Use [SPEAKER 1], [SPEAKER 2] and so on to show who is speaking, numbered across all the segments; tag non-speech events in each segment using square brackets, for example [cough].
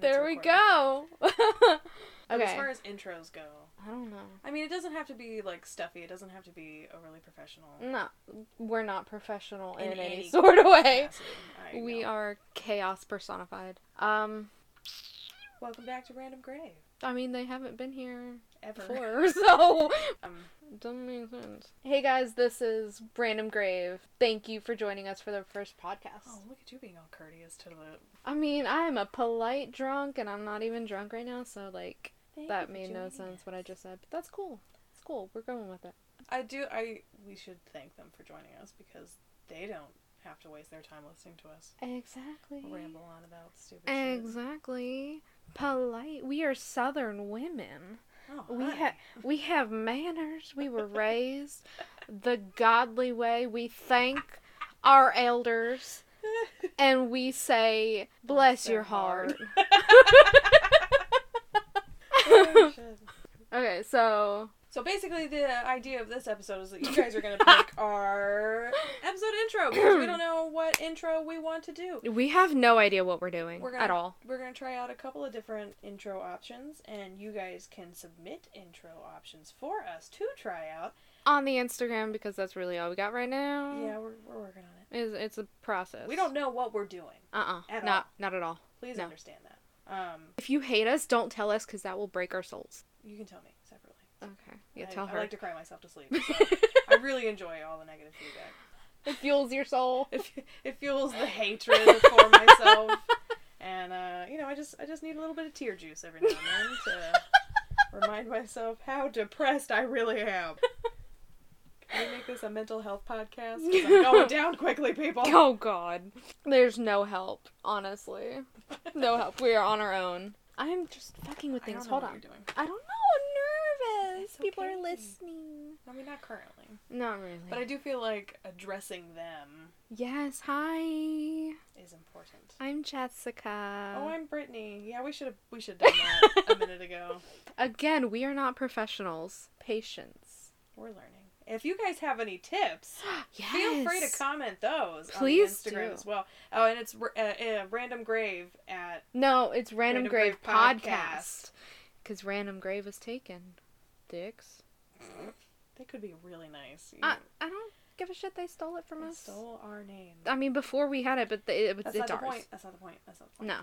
[SPEAKER 1] There we go.
[SPEAKER 2] [laughs] Okay. As
[SPEAKER 1] okay.
[SPEAKER 2] far as intros go,
[SPEAKER 1] I don't know.
[SPEAKER 2] I mean, it doesn't have to be like stuffy. It doesn't have to be overly professional.
[SPEAKER 1] No, we're not professional in,
[SPEAKER 2] In
[SPEAKER 1] any,
[SPEAKER 2] any
[SPEAKER 1] sort of way.
[SPEAKER 2] capacity. I
[SPEAKER 1] We
[SPEAKER 2] know.
[SPEAKER 1] are chaos personified. Um,
[SPEAKER 2] Welcome back to Random Grave.
[SPEAKER 1] I mean, they haven't
[SPEAKER 2] [laughs]
[SPEAKER 1] been here
[SPEAKER 2] Ever.
[SPEAKER 1] before, [laughs] so
[SPEAKER 2] Um,
[SPEAKER 1] doesn't make sense. Hey guys, this is Random Grave. Thank you for joining us for the first podcast.
[SPEAKER 2] oh, look at you being all courteous to the.
[SPEAKER 1] I mean, I am a polite drunk, and I'm not even drunk right now, so like
[SPEAKER 2] Thank you
[SPEAKER 1] that
[SPEAKER 2] for
[SPEAKER 1] made no
[SPEAKER 2] joining
[SPEAKER 1] sense
[SPEAKER 2] us.
[SPEAKER 1] what I just said. But that's cool. It's cool. We're going with it.
[SPEAKER 2] I do. I we should thank them for joining us because they don't have to waste their time listening to us
[SPEAKER 1] Exactly.
[SPEAKER 2] ramble on about stupid. shit.
[SPEAKER 1] Exactly. Polite. We are Southern women.
[SPEAKER 2] Oh,
[SPEAKER 1] We
[SPEAKER 2] hi.
[SPEAKER 1] have we have manners. We were raised the godly way. We thank our elders
[SPEAKER 2] [laughs]
[SPEAKER 1] and we say, "Bless
[SPEAKER 2] Their
[SPEAKER 1] your heart."
[SPEAKER 2] [laughs] Oh, shit.
[SPEAKER 1] okay, so
[SPEAKER 2] So basically, the idea of this episode is that you guys are gonna pick
[SPEAKER 1] [laughs]
[SPEAKER 2] our episode intro because we don't know what intro we want to do.
[SPEAKER 1] we have no idea what we're doing
[SPEAKER 2] We're gonna-
[SPEAKER 1] at all.
[SPEAKER 2] We're gonna try out a couple of different intro options, and you guys can submit intro options for us to try out.
[SPEAKER 1] On the Instagram because that's really all we got right now.
[SPEAKER 2] Yeah, we're, we're working on it.
[SPEAKER 1] It's, it's a process.
[SPEAKER 2] We don't know what we're doing.
[SPEAKER 1] uh-uh.
[SPEAKER 2] at
[SPEAKER 1] not not at all.
[SPEAKER 2] Please
[SPEAKER 1] No.
[SPEAKER 2] understand that. Um,
[SPEAKER 1] If you hate us, don't tell us cuz that will break our souls.
[SPEAKER 2] you can tell me separately.
[SPEAKER 1] Okay. Yeah,
[SPEAKER 2] I-
[SPEAKER 1] tell
[SPEAKER 2] I,
[SPEAKER 1] her.
[SPEAKER 2] like to cry myself to sleep. So [laughs] I really enjoy all the negative feedback.
[SPEAKER 1] [laughs] it fuels your soul.
[SPEAKER 2] it, fu- it fuels the hatred for myself. And uh, you know, I just I just need a little bit of tear juice every now and then
[SPEAKER 1] [laughs]
[SPEAKER 2] to remind myself how depressed I really am. Can we make this a mental health podcast? 'Cause I'm
[SPEAKER 1] [laughs]
[SPEAKER 2] going down quickly, people.
[SPEAKER 1] Oh god. There's no help, honestly. No help. We are on our own. I'm just fucking with
[SPEAKER 2] I don't
[SPEAKER 1] things.
[SPEAKER 2] know
[SPEAKER 1] Hold
[SPEAKER 2] what
[SPEAKER 1] on.
[SPEAKER 2] you're doing.
[SPEAKER 1] I don't know. I'm nervous.
[SPEAKER 2] It's
[SPEAKER 1] People
[SPEAKER 2] okay.
[SPEAKER 1] are listening.
[SPEAKER 2] I mean, not currently,
[SPEAKER 1] Not really.
[SPEAKER 2] but I do feel like addressing them
[SPEAKER 1] Yes, hi.
[SPEAKER 2] is important.
[SPEAKER 1] I'm Jessica.
[SPEAKER 2] oh, I'm Brittany. Yeah, we should have we should have done that a minute
[SPEAKER 1] [laughs]
[SPEAKER 2] ago.
[SPEAKER 1] Again, we are not professionals. Patience. [gasps]
[SPEAKER 2] We're learning. If you guys have any tips,
[SPEAKER 1] Yes.
[SPEAKER 2] Feel free to comment those
[SPEAKER 1] Please
[SPEAKER 2] on the Instagram
[SPEAKER 1] do.
[SPEAKER 2] as well. Oh, and it's r- uh, uh, random grave at
[SPEAKER 1] No, it's Random,
[SPEAKER 2] Random
[SPEAKER 1] Grave,
[SPEAKER 2] Grave
[SPEAKER 1] Podcast. Because Random Grave was taken. Dicks.
[SPEAKER 2] they could be really nice. You
[SPEAKER 1] I, I don't give a shit. They stole it from
[SPEAKER 2] they
[SPEAKER 1] us.
[SPEAKER 2] stole our name.
[SPEAKER 1] I mean, before we had it, but they, it was
[SPEAKER 2] That's
[SPEAKER 1] it's
[SPEAKER 2] not
[SPEAKER 1] ours.
[SPEAKER 2] the point. That's not the point. That's not the point.
[SPEAKER 1] No,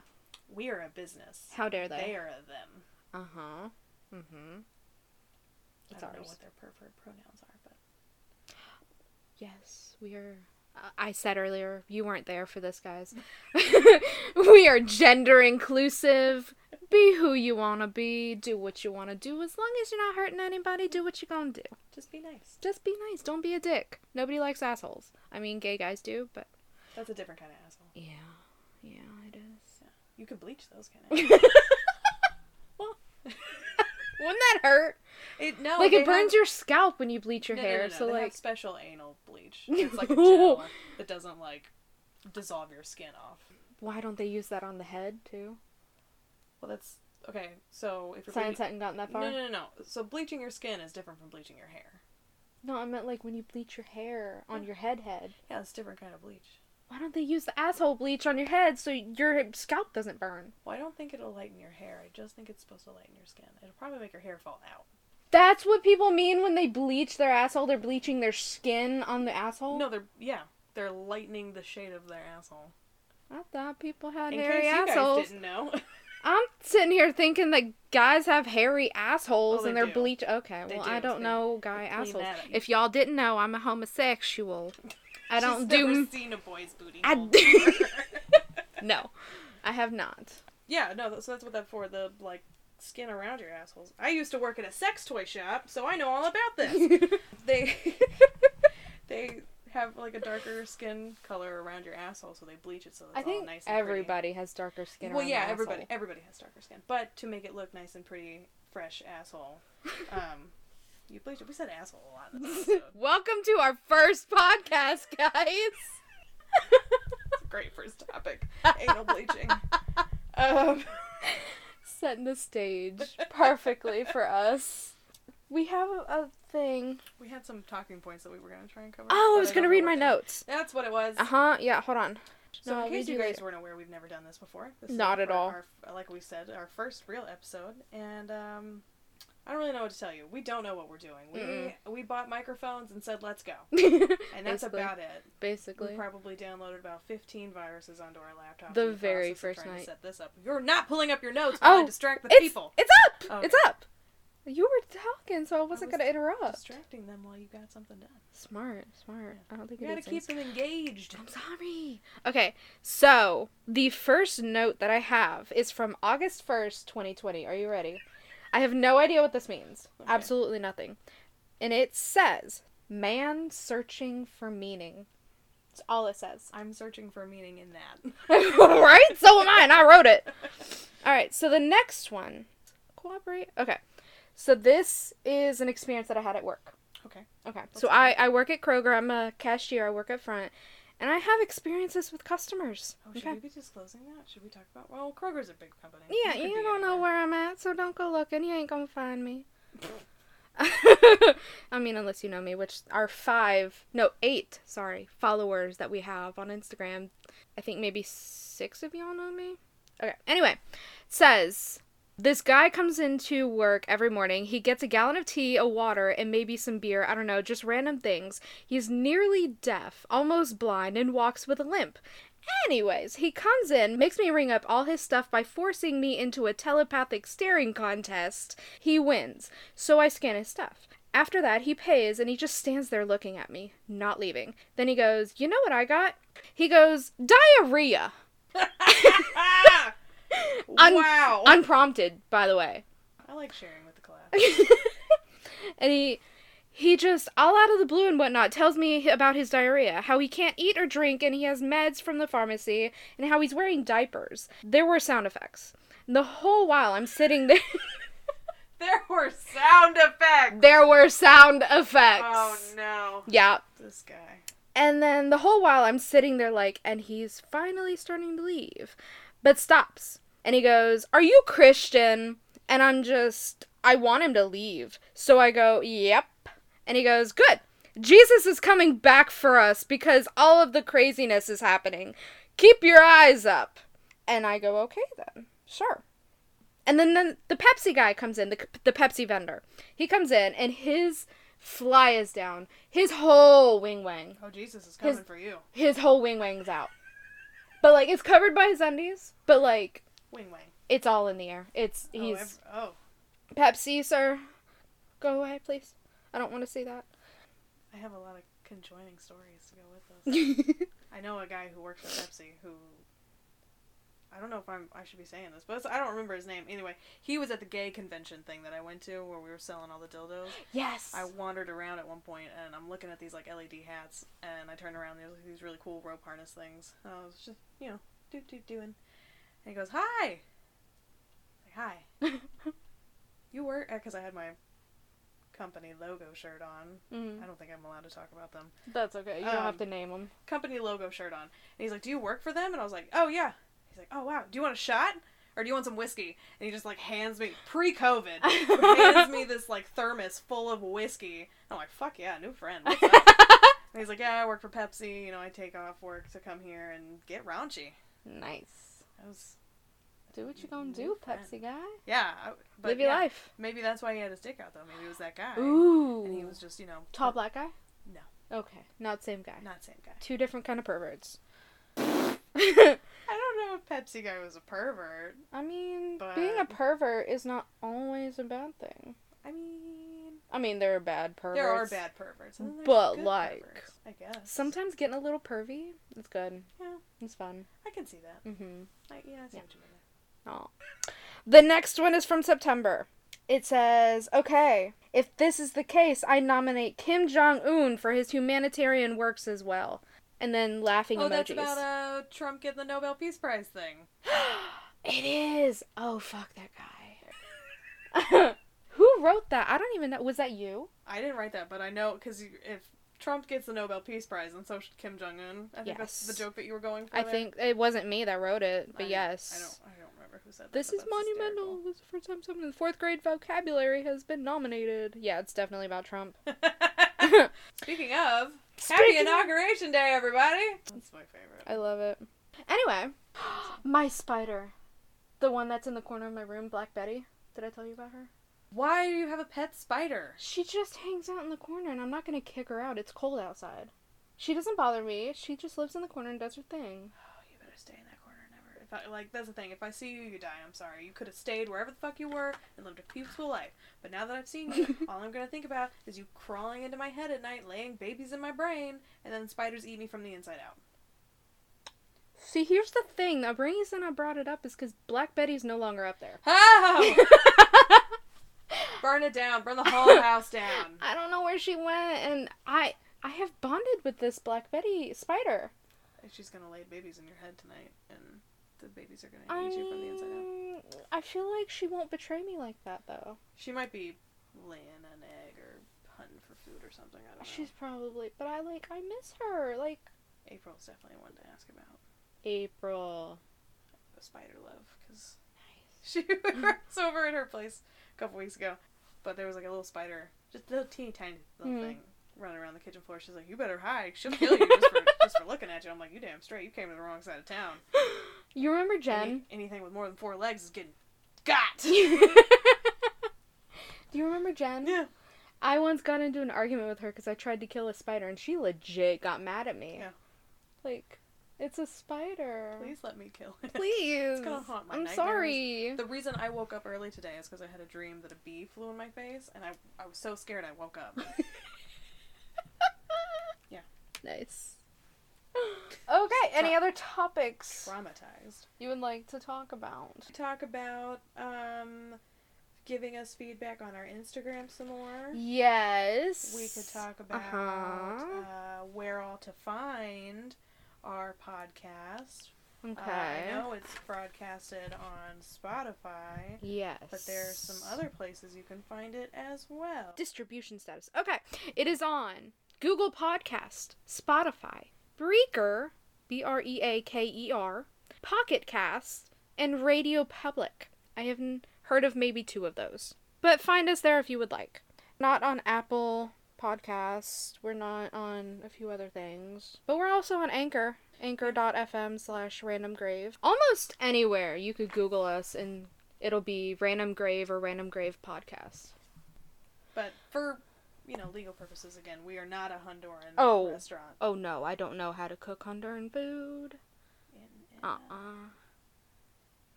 [SPEAKER 2] We are a business.
[SPEAKER 1] how dare
[SPEAKER 2] they?
[SPEAKER 1] they?
[SPEAKER 2] are a them.
[SPEAKER 1] Uh huh. Mm hmm. It's
[SPEAKER 2] I don't know
[SPEAKER 1] ours.
[SPEAKER 2] what their preferred pronouns are, but
[SPEAKER 1] Yes, we are. I- Uh, I said earlier, you weren't there for this, guys. [laughs] we are gender inclusive. Be who you wanna be. Do what you wanna do. As long as you're not hurting anybody, do what you gonna do.
[SPEAKER 2] just be nice.
[SPEAKER 1] Just be nice. Don't be a dick. Nobody likes assholes. I mean, gay guys do, but
[SPEAKER 2] That's a different kind of asshole.
[SPEAKER 1] yeah, yeah, it is.
[SPEAKER 2] You could bleach those
[SPEAKER 1] [laughs]
[SPEAKER 2] kind of.
[SPEAKER 1] Wouldn't that hurt?
[SPEAKER 2] it no,
[SPEAKER 1] like
[SPEAKER 2] they
[SPEAKER 1] it burns
[SPEAKER 2] have-
[SPEAKER 1] your scalp when you bleach your
[SPEAKER 2] no, no,
[SPEAKER 1] hair.
[SPEAKER 2] no, no,
[SPEAKER 1] So
[SPEAKER 2] they have
[SPEAKER 1] like,
[SPEAKER 2] special anal bleach. It's
[SPEAKER 1] [laughs]
[SPEAKER 2] like a gel that doesn't like dissolve your skin off.
[SPEAKER 1] why don't they use that on the head too?
[SPEAKER 2] Well, that's okay. So if you're
[SPEAKER 1] Science
[SPEAKER 2] bleaching-
[SPEAKER 1] hadn't gotten that far.
[SPEAKER 2] No, no, no, no. So bleaching your skin is different from bleaching your hair.
[SPEAKER 1] No, I meant like when you bleach your hair on your head head.
[SPEAKER 2] Yeah, it's a different kind of bleach.
[SPEAKER 1] Why don't they use the asshole bleach on your head so your scalp doesn't burn?
[SPEAKER 2] Well, I don't think it'll lighten your hair. I just think it's supposed to lighten your skin. It'll probably make your hair fall out.
[SPEAKER 1] That's what people mean when they bleach their asshole. They're bleaching their skin on the asshole.
[SPEAKER 2] No, they're yeah, they're lightening the shade of their asshole.
[SPEAKER 1] I thought people had
[SPEAKER 2] In
[SPEAKER 1] hairy
[SPEAKER 2] case you
[SPEAKER 1] assholes.
[SPEAKER 2] guys didn't [laughs] know,
[SPEAKER 1] I'm sitting here thinking that guys have hairy assholes
[SPEAKER 2] Well,
[SPEAKER 1] and
[SPEAKER 2] Oh, they
[SPEAKER 1] they're
[SPEAKER 2] do.
[SPEAKER 1] bleach. Okay,
[SPEAKER 2] They
[SPEAKER 1] well
[SPEAKER 2] do.
[SPEAKER 1] I don't
[SPEAKER 2] They-
[SPEAKER 1] know guy
[SPEAKER 2] clean
[SPEAKER 1] assholes.
[SPEAKER 2] that up.
[SPEAKER 1] If y'all didn't know, I'm a homosexual. I don't
[SPEAKER 2] She's
[SPEAKER 1] do.
[SPEAKER 2] Never seen a boy's booty.
[SPEAKER 1] [laughs] I
[SPEAKER 2] hole [laughs]
[SPEAKER 1] do-
[SPEAKER 2] before.
[SPEAKER 1] [laughs] No, I have not. [laughs]
[SPEAKER 2] yeah, no. So that's what that for. The like skin around your assholes. I used to work at a sex toy shop, so I know all about this. [laughs] [laughs] they
[SPEAKER 1] [laughs]
[SPEAKER 2] they have like a darker skin color around your asshole, so they bleach it so it's
[SPEAKER 1] I
[SPEAKER 2] all
[SPEAKER 1] think
[SPEAKER 2] nice. And pretty.
[SPEAKER 1] everybody has darker skin.
[SPEAKER 2] Well,
[SPEAKER 1] around
[SPEAKER 2] yeah,
[SPEAKER 1] their
[SPEAKER 2] everybody
[SPEAKER 1] asshole.
[SPEAKER 2] everybody has darker skin, but to make it look nice and pretty, fresh
[SPEAKER 1] [laughs]
[SPEAKER 2] asshole, um, you bleach it. We said asshole a lot. In this episode.
[SPEAKER 1] Welcome to our first podcast, [laughs] guys.
[SPEAKER 2] It's a great first topic, anal bleaching. Um,
[SPEAKER 1] Setting the stage
[SPEAKER 2] [laughs]
[SPEAKER 1] perfectly for us. We have a, a thing.
[SPEAKER 2] we had some talking points that we were gonna try and cover.
[SPEAKER 1] Oh,
[SPEAKER 2] but
[SPEAKER 1] I was
[SPEAKER 2] don't
[SPEAKER 1] gonna
[SPEAKER 2] know
[SPEAKER 1] read
[SPEAKER 2] [laughs] what
[SPEAKER 1] my
[SPEAKER 2] they-
[SPEAKER 1] notes.
[SPEAKER 2] That's what it was.
[SPEAKER 1] [laughs] Uh huh. Yeah, hold on.
[SPEAKER 2] So
[SPEAKER 1] No,
[SPEAKER 2] in
[SPEAKER 1] we
[SPEAKER 2] case you
[SPEAKER 1] do
[SPEAKER 2] guys
[SPEAKER 1] later.
[SPEAKER 2] weren't aware, we've never done this before. This
[SPEAKER 1] Not
[SPEAKER 2] our
[SPEAKER 1] at all.
[SPEAKER 2] fir- our- like we said, our first real episode, and um, I don't really know what to tell you. We don't know what we're doing. We
[SPEAKER 1] Mm-mm.
[SPEAKER 2] we bought microphones and said let's go, and that's
[SPEAKER 1] Basically.
[SPEAKER 2] about it. We
[SPEAKER 1] Basically.
[SPEAKER 2] probably downloaded about fifteen viruses onto our laptop.
[SPEAKER 1] The
[SPEAKER 2] in process
[SPEAKER 1] very
[SPEAKER 2] of
[SPEAKER 1] first
[SPEAKER 2] trying
[SPEAKER 1] night.
[SPEAKER 2] To set this up. You're not pulling up your notes.
[SPEAKER 1] Oh,
[SPEAKER 2] Oh, to distract the
[SPEAKER 1] it's-
[SPEAKER 2] people. Oh,
[SPEAKER 1] It's up!
[SPEAKER 2] Okay.
[SPEAKER 1] It's up! You were talking, so I wasn't
[SPEAKER 2] was
[SPEAKER 1] going to interrupt.
[SPEAKER 2] Distracting them while you got something done.
[SPEAKER 1] Smart, smart. I don't think
[SPEAKER 2] You
[SPEAKER 1] it
[SPEAKER 2] gotta
[SPEAKER 1] is
[SPEAKER 2] keep them engaged.
[SPEAKER 1] I'm sorry. Okay, so the first note that I have is from August 1st, 2020. Are you ready? I have no idea what this means.
[SPEAKER 2] Okay.
[SPEAKER 1] Absolutely nothing. And it says, man searching for meaning. That's all it says. [laughs]
[SPEAKER 2] I'm searching for meaning in that. [laughs] Oh,
[SPEAKER 1] right? So am I, and I wrote it. All right, so the next one. Cooperate. Okay. So this is an experience that I had at work.
[SPEAKER 2] Okay.
[SPEAKER 1] Okay.
[SPEAKER 2] Let's
[SPEAKER 1] so I, I work at Kroger. I'm a cashier. I work up front. And I have experiences with customers.
[SPEAKER 2] Oh, should
[SPEAKER 1] okay.
[SPEAKER 2] we be disclosing that? Should we talk about? Well, Kroger's a big company.
[SPEAKER 1] Yeah,
[SPEAKER 2] It could
[SPEAKER 1] you
[SPEAKER 2] be
[SPEAKER 1] don't know
[SPEAKER 2] anywhere.
[SPEAKER 1] where I'm at, so don't go looking. You ain't gonna
[SPEAKER 2] [laughs]
[SPEAKER 1] find me. I mean, unless you know me, which our five, no, eight, sorry, followers that we have on Instagram. I think maybe six of y'all know me. Okay, anyway, it says this guy comes into work every morning. He gets a gallon of tea, a water, and maybe some beer. I don't know, just random things. He's nearly deaf, almost blind, and walks with a limp. Anyways, he comes in, makes me ring up all his stuff by forcing me into a telepathic staring contest. He wins, so I scan his stuff. After that, he pays and he just stands there looking at me, not leaving. Then he goes, You know what I got? He goes, Diarrhea.
[SPEAKER 2] [laughs] Ah!
[SPEAKER 1] Un-
[SPEAKER 2] wow.
[SPEAKER 1] Unprompted, by the way.
[SPEAKER 2] I like sharing with the class.
[SPEAKER 1] [laughs] and he he just all out of the blue and whatnot tells me about his diarrhea how he can't eat or drink and he has meds from the pharmacy and how he's wearing diapers there were sound effects and the whole while i'm sitting there [laughs]
[SPEAKER 2] there were sound effects.
[SPEAKER 1] there were sound effects
[SPEAKER 2] Oh no.
[SPEAKER 1] yeah
[SPEAKER 2] This guy.
[SPEAKER 1] and then the whole while i'm sitting there like and he's finally starting to leave but stops and he goes are you christian and i'm just i want him to leave so i go yep and he goes good jesus is coming back for us because all of the craziness is happening keep your eyes up and i go okay then sure and then the, the pepsi guy comes in the, c- the pepsi vendor he comes in and his fly is down his whole wing wang
[SPEAKER 2] Oh Jesus is coming
[SPEAKER 1] His-
[SPEAKER 2] for you.
[SPEAKER 1] his whole wing wang's out. But like it's covered by his undies, but like
[SPEAKER 2] Wing wang.
[SPEAKER 1] it's all in the air. It's he's
[SPEAKER 2] Oh, ev- oh.
[SPEAKER 1] Pepsi, sir. Go away, please. I don't want to see [laughs] that.
[SPEAKER 2] I have a lot of conjoining stories to go with this. I know a guy who worked for Pepsi who. I don't know if I'm, I should be saying this, but it's- I don't remember his name. Anyway, he was at the gay convention thing that I went to where we were selling all the dildos.
[SPEAKER 1] yes.
[SPEAKER 2] I wandered around at one point and I'm looking at these like LED hats and I turned around and there's these really cool rope harness things. And I was just, you know, doo doo doing. And he goes, "Hi." Like, "Hi." You work because I had my company logo shirt on.
[SPEAKER 1] Mm,
[SPEAKER 2] I don't think I'm allowed to talk about them.
[SPEAKER 1] that's okay. You don't
[SPEAKER 2] Um,
[SPEAKER 1] have to name him.
[SPEAKER 2] Company logo shirt on. And he's like, "Do you work for them?" And I was like, "Oh yeah." He's like, "Oh wow. Do you want a shot?" Or do you want some whiskey? And he just like hands me pre-COVID,
[SPEAKER 1] [laughs]
[SPEAKER 2] hands me this like thermos full of whiskey. I'm like, fuck yeah, new friend. What's
[SPEAKER 1] [laughs]
[SPEAKER 2] up? And he's like, yeah, I work for Pepsi. You know, I take off work to come here and get raunchy.
[SPEAKER 1] nice.
[SPEAKER 2] That was,
[SPEAKER 1] Do what you gonna do, Pepsi guy.
[SPEAKER 2] yeah. I, but
[SPEAKER 1] Live your
[SPEAKER 2] yeah,
[SPEAKER 1] life.
[SPEAKER 2] Maybe that's why he had his dick out though. Maybe it was that guy.
[SPEAKER 1] Ooh.
[SPEAKER 2] And he was just, you know,
[SPEAKER 1] tall black guy.
[SPEAKER 2] No.
[SPEAKER 1] Okay, not same guy.
[SPEAKER 2] not same guy.
[SPEAKER 1] Two different kind of [laughs] perverts.
[SPEAKER 2] I don't know if Pepsi guy was a pervert.
[SPEAKER 1] I mean,
[SPEAKER 2] But-
[SPEAKER 1] being a pervert is not always a bad thing.
[SPEAKER 2] I mean,
[SPEAKER 1] I mean, there are bad perverts.
[SPEAKER 2] there are bad perverts, and then there's
[SPEAKER 1] But,
[SPEAKER 2] good
[SPEAKER 1] like,
[SPEAKER 2] perverts, I guess
[SPEAKER 1] Sometimes getting a little pervy is good.
[SPEAKER 2] Yeah.
[SPEAKER 1] It's fun.
[SPEAKER 2] I can see that.
[SPEAKER 1] Mm-hmm.
[SPEAKER 2] I, yeah, I see
[SPEAKER 1] Yeah.
[SPEAKER 2] what you mean.
[SPEAKER 1] The next one is from September. It says, okay, if this is the case, I nominate Kim Jong Un for his humanitarian works as well. And then laughing
[SPEAKER 2] Oh,
[SPEAKER 1] emojis.
[SPEAKER 2] that's about uh Trump getting the Nobel Peace Prize thing.
[SPEAKER 1] [gasps] it is. Oh, fuck that guy. [laughs] Who wrote that? I don't even know. Was that you?
[SPEAKER 2] I didn't write that, but I know because if Trump gets the Nobel Peace Prize, and so should Kim Jong Un. I think that's the
[SPEAKER 1] Yes.
[SPEAKER 2] joke that you were going for.
[SPEAKER 1] I
[SPEAKER 2] there.
[SPEAKER 1] think it wasn't me that wrote it, but
[SPEAKER 2] I-
[SPEAKER 1] yes.
[SPEAKER 2] I don't. I don't remember who said that.
[SPEAKER 1] This
[SPEAKER 2] but
[SPEAKER 1] is
[SPEAKER 2] that's
[SPEAKER 1] monumental. This is the first time someone in the fourth grade vocabulary has been nominated. Yeah, it's definitely about [laughs] Trump.
[SPEAKER 2] hysterical.
[SPEAKER 1] I
[SPEAKER 2] [laughs] Speaking of,
[SPEAKER 1] Speaking
[SPEAKER 2] happy
[SPEAKER 1] of-
[SPEAKER 2] inauguration day, everybody. That's my favorite.
[SPEAKER 1] love it. Anyway, [gasps] my spider, the one that's in the corner of my room, Black Betty. Did I tell you about her?
[SPEAKER 2] Why do you have a pet spider?
[SPEAKER 1] She just hangs out in the corner, and I'm not gonna kick her out. It's cold outside. She doesn't bother me. She just lives in the corner and does her thing.
[SPEAKER 2] Oh, you better stay in that corner, never. If I, like, that's the thing. If I see you, you die. I'm sorry. You could have stayed wherever the fuck you were and lived a peaceful life. But now that I've seen
[SPEAKER 1] [laughs]
[SPEAKER 2] you, all I'm gonna think about is you crawling into my head at night, laying babies in my brain, and then spiders eat me from the inside out.
[SPEAKER 1] See, here's the thing. The reason I brought it up is because Black Betty's no longer up there.
[SPEAKER 2] How? [laughs] Burn it down. Burn the whole house down.
[SPEAKER 1] I don't know where she went, and I I have bonded with this Black Betty spider.
[SPEAKER 2] She's gonna lay babies in your head tonight, and the babies are gonna
[SPEAKER 1] I
[SPEAKER 2] eat you from the inside out.
[SPEAKER 1] mean, Um, I feel like she won't betray me like that though.
[SPEAKER 2] She might be laying an egg or hunting for food or something. I don't know.
[SPEAKER 1] She's probably, but I like I miss her like
[SPEAKER 2] April's definitely one to ask about
[SPEAKER 1] April.
[SPEAKER 2] the spider love because [laughs] she was over at her place a couple weeks ago, but there was like a little spider, just a little teeny tiny little
[SPEAKER 1] Mhm.
[SPEAKER 2] thing running around the kitchen floor. She's like, "You better hide. She'll kill you just for,
[SPEAKER 1] [laughs]
[SPEAKER 2] just for looking at you." I'm like, "You damn straight. You came to the wrong side of town.
[SPEAKER 1] You remember
[SPEAKER 2] Any-
[SPEAKER 1] [laughs] Jen?
[SPEAKER 2] anything with more than four legs is getting got." [laughs]
[SPEAKER 1] Do you remember Jen?
[SPEAKER 2] yeah.
[SPEAKER 1] I once got into an argument with her because I tried to kill a spider, and she legit got mad at me.
[SPEAKER 2] Yeah.
[SPEAKER 1] Like, it's a spider.
[SPEAKER 2] Please [laughs] let me kill it.
[SPEAKER 1] Please.
[SPEAKER 2] gonna haunt my
[SPEAKER 1] I'm
[SPEAKER 2] nightmares.
[SPEAKER 1] sorry.
[SPEAKER 2] The reason I woke up early today is because I had a dream that a bee flew in my face, and I, I was so scared I woke
[SPEAKER 1] [laughs]
[SPEAKER 2] up. Yeah. [gasps]
[SPEAKER 1] Nice. Okay, any
[SPEAKER 2] Tra-
[SPEAKER 1] other topics
[SPEAKER 2] Traumatized.
[SPEAKER 1] you would like to talk about?
[SPEAKER 2] Talk about um, giving us feedback on our Instagram some more.
[SPEAKER 1] Yes.
[SPEAKER 2] We could talk about
[SPEAKER 1] Uh-huh.
[SPEAKER 2] uh, where all to find our podcast. Uh,
[SPEAKER 1] Okay.
[SPEAKER 2] I know it's broadcasted on Spotify,
[SPEAKER 1] Yes.
[SPEAKER 2] but there are some other places you can find it as well.
[SPEAKER 1] distribution status. Okay. It is on Google Podcast, Spotify, Breaker, B R E A K E R, Pocket Cast, and Radio Public. I haven't heard of maybe two of those. But find us there if you would like. Not on Apple Podcasts. We're not on a few other things. But we're also on Anchor. Anchor.fm slash random grave. Almost anywhere you could Google us and it'll be random grave or random grave podcast.
[SPEAKER 2] But for you know legal purposes, again, we are not a Honduran
[SPEAKER 1] Oh.
[SPEAKER 2] restaurant.
[SPEAKER 1] Oh no, I don't know how to cook Honduran food.
[SPEAKER 2] In, in,
[SPEAKER 1] Uh uh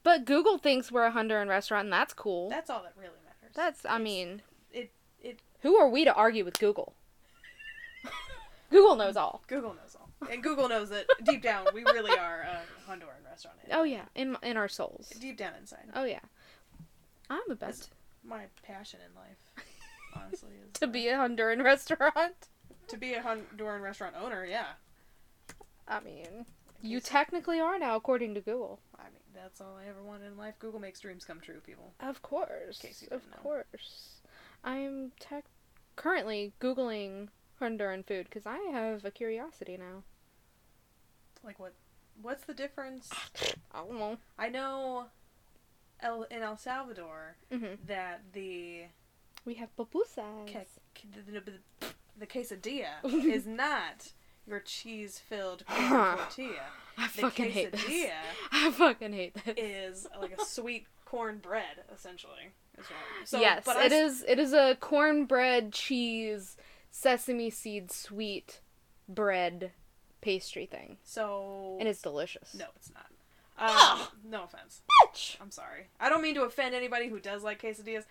[SPEAKER 1] But Google thinks we're a Honduran restaurant, and that's cool.
[SPEAKER 2] That's all that really matters.
[SPEAKER 1] That's, I
[SPEAKER 2] It's-
[SPEAKER 1] mean,
[SPEAKER 2] it- it-
[SPEAKER 1] Who are we to argue
[SPEAKER 2] [laughs]
[SPEAKER 1] with Google? Google knows all.
[SPEAKER 2] Google knows all, and Google knows that deep down we really are a Honduran restaurant.
[SPEAKER 1] Oh yeah, in in our souls.
[SPEAKER 2] deep down inside,
[SPEAKER 1] Oh yeah, I'm the best
[SPEAKER 2] my passion in life, honestly, is
[SPEAKER 1] to be a Honduran [laughs] restaurant.
[SPEAKER 2] to be a Honduran restaurant owner. Yeah,
[SPEAKER 1] I mean, you technically are now, according to Google.
[SPEAKER 2] I mean that's all I ever wanted in life. Google makes dreams come true, people.
[SPEAKER 1] Of course.
[SPEAKER 2] case you
[SPEAKER 1] of
[SPEAKER 2] didn't know.
[SPEAKER 1] course. I'm tech currently googling Honduran food because I have a curiosity now.
[SPEAKER 2] Like what? What's the difference?
[SPEAKER 1] I
[SPEAKER 2] Oh,
[SPEAKER 1] don't know.
[SPEAKER 2] I know, El in El Salvador
[SPEAKER 1] hmm
[SPEAKER 2] that the
[SPEAKER 1] We have pupusas.
[SPEAKER 2] ca- ca- the, the, the- the
[SPEAKER 1] [laughs]
[SPEAKER 2] quesadilla is not your cheese-filled corn tortilla.
[SPEAKER 1] I
[SPEAKER 2] The
[SPEAKER 1] fucking hate this.
[SPEAKER 2] quesadilla
[SPEAKER 1] [laughs] I fucking hate this.
[SPEAKER 2] is like a
[SPEAKER 1] [laughs]
[SPEAKER 2] sweet corn bread, essentially. is what-
[SPEAKER 1] yes,
[SPEAKER 2] but
[SPEAKER 1] it
[SPEAKER 2] I,
[SPEAKER 1] is. It is a cornbread, cheese, sesame seed, sweet bread pastry thing,
[SPEAKER 2] So
[SPEAKER 1] and it's delicious.
[SPEAKER 2] no, it's not. Um,
[SPEAKER 1] Ugh.
[SPEAKER 2] no offense.
[SPEAKER 1] bitch.
[SPEAKER 2] I'm sorry. I don't mean to offend anybody who does like quesadillas,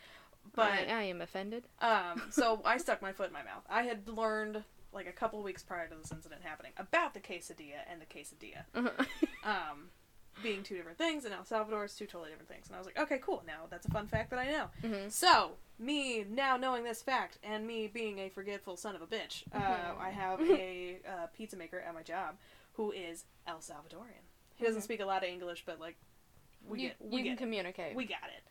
[SPEAKER 2] but
[SPEAKER 1] I, I am offended. [laughs]
[SPEAKER 2] Um, so I stuck my foot in my mouth. I had learned like a couple weeks prior to this incident happening about the quesadilla and the quesadilla
[SPEAKER 1] Mm-hmm.
[SPEAKER 2] um, being two different things, and El Salvador is two totally different things. And I was like, okay, cool. Now that's a fun fact that I know.
[SPEAKER 1] Mhm.
[SPEAKER 2] So me now knowing this fact, and me being a forgetful son of a bitch, uh,
[SPEAKER 1] Mhm.
[SPEAKER 2] I have a uh, pizza maker at my job who is El Salvadorian. He doesn't
[SPEAKER 1] Mhm.
[SPEAKER 2] speak a lot of English, but like we
[SPEAKER 1] you
[SPEAKER 2] get we
[SPEAKER 1] you
[SPEAKER 2] get
[SPEAKER 1] can
[SPEAKER 2] it
[SPEAKER 1] communicate.
[SPEAKER 2] we got it.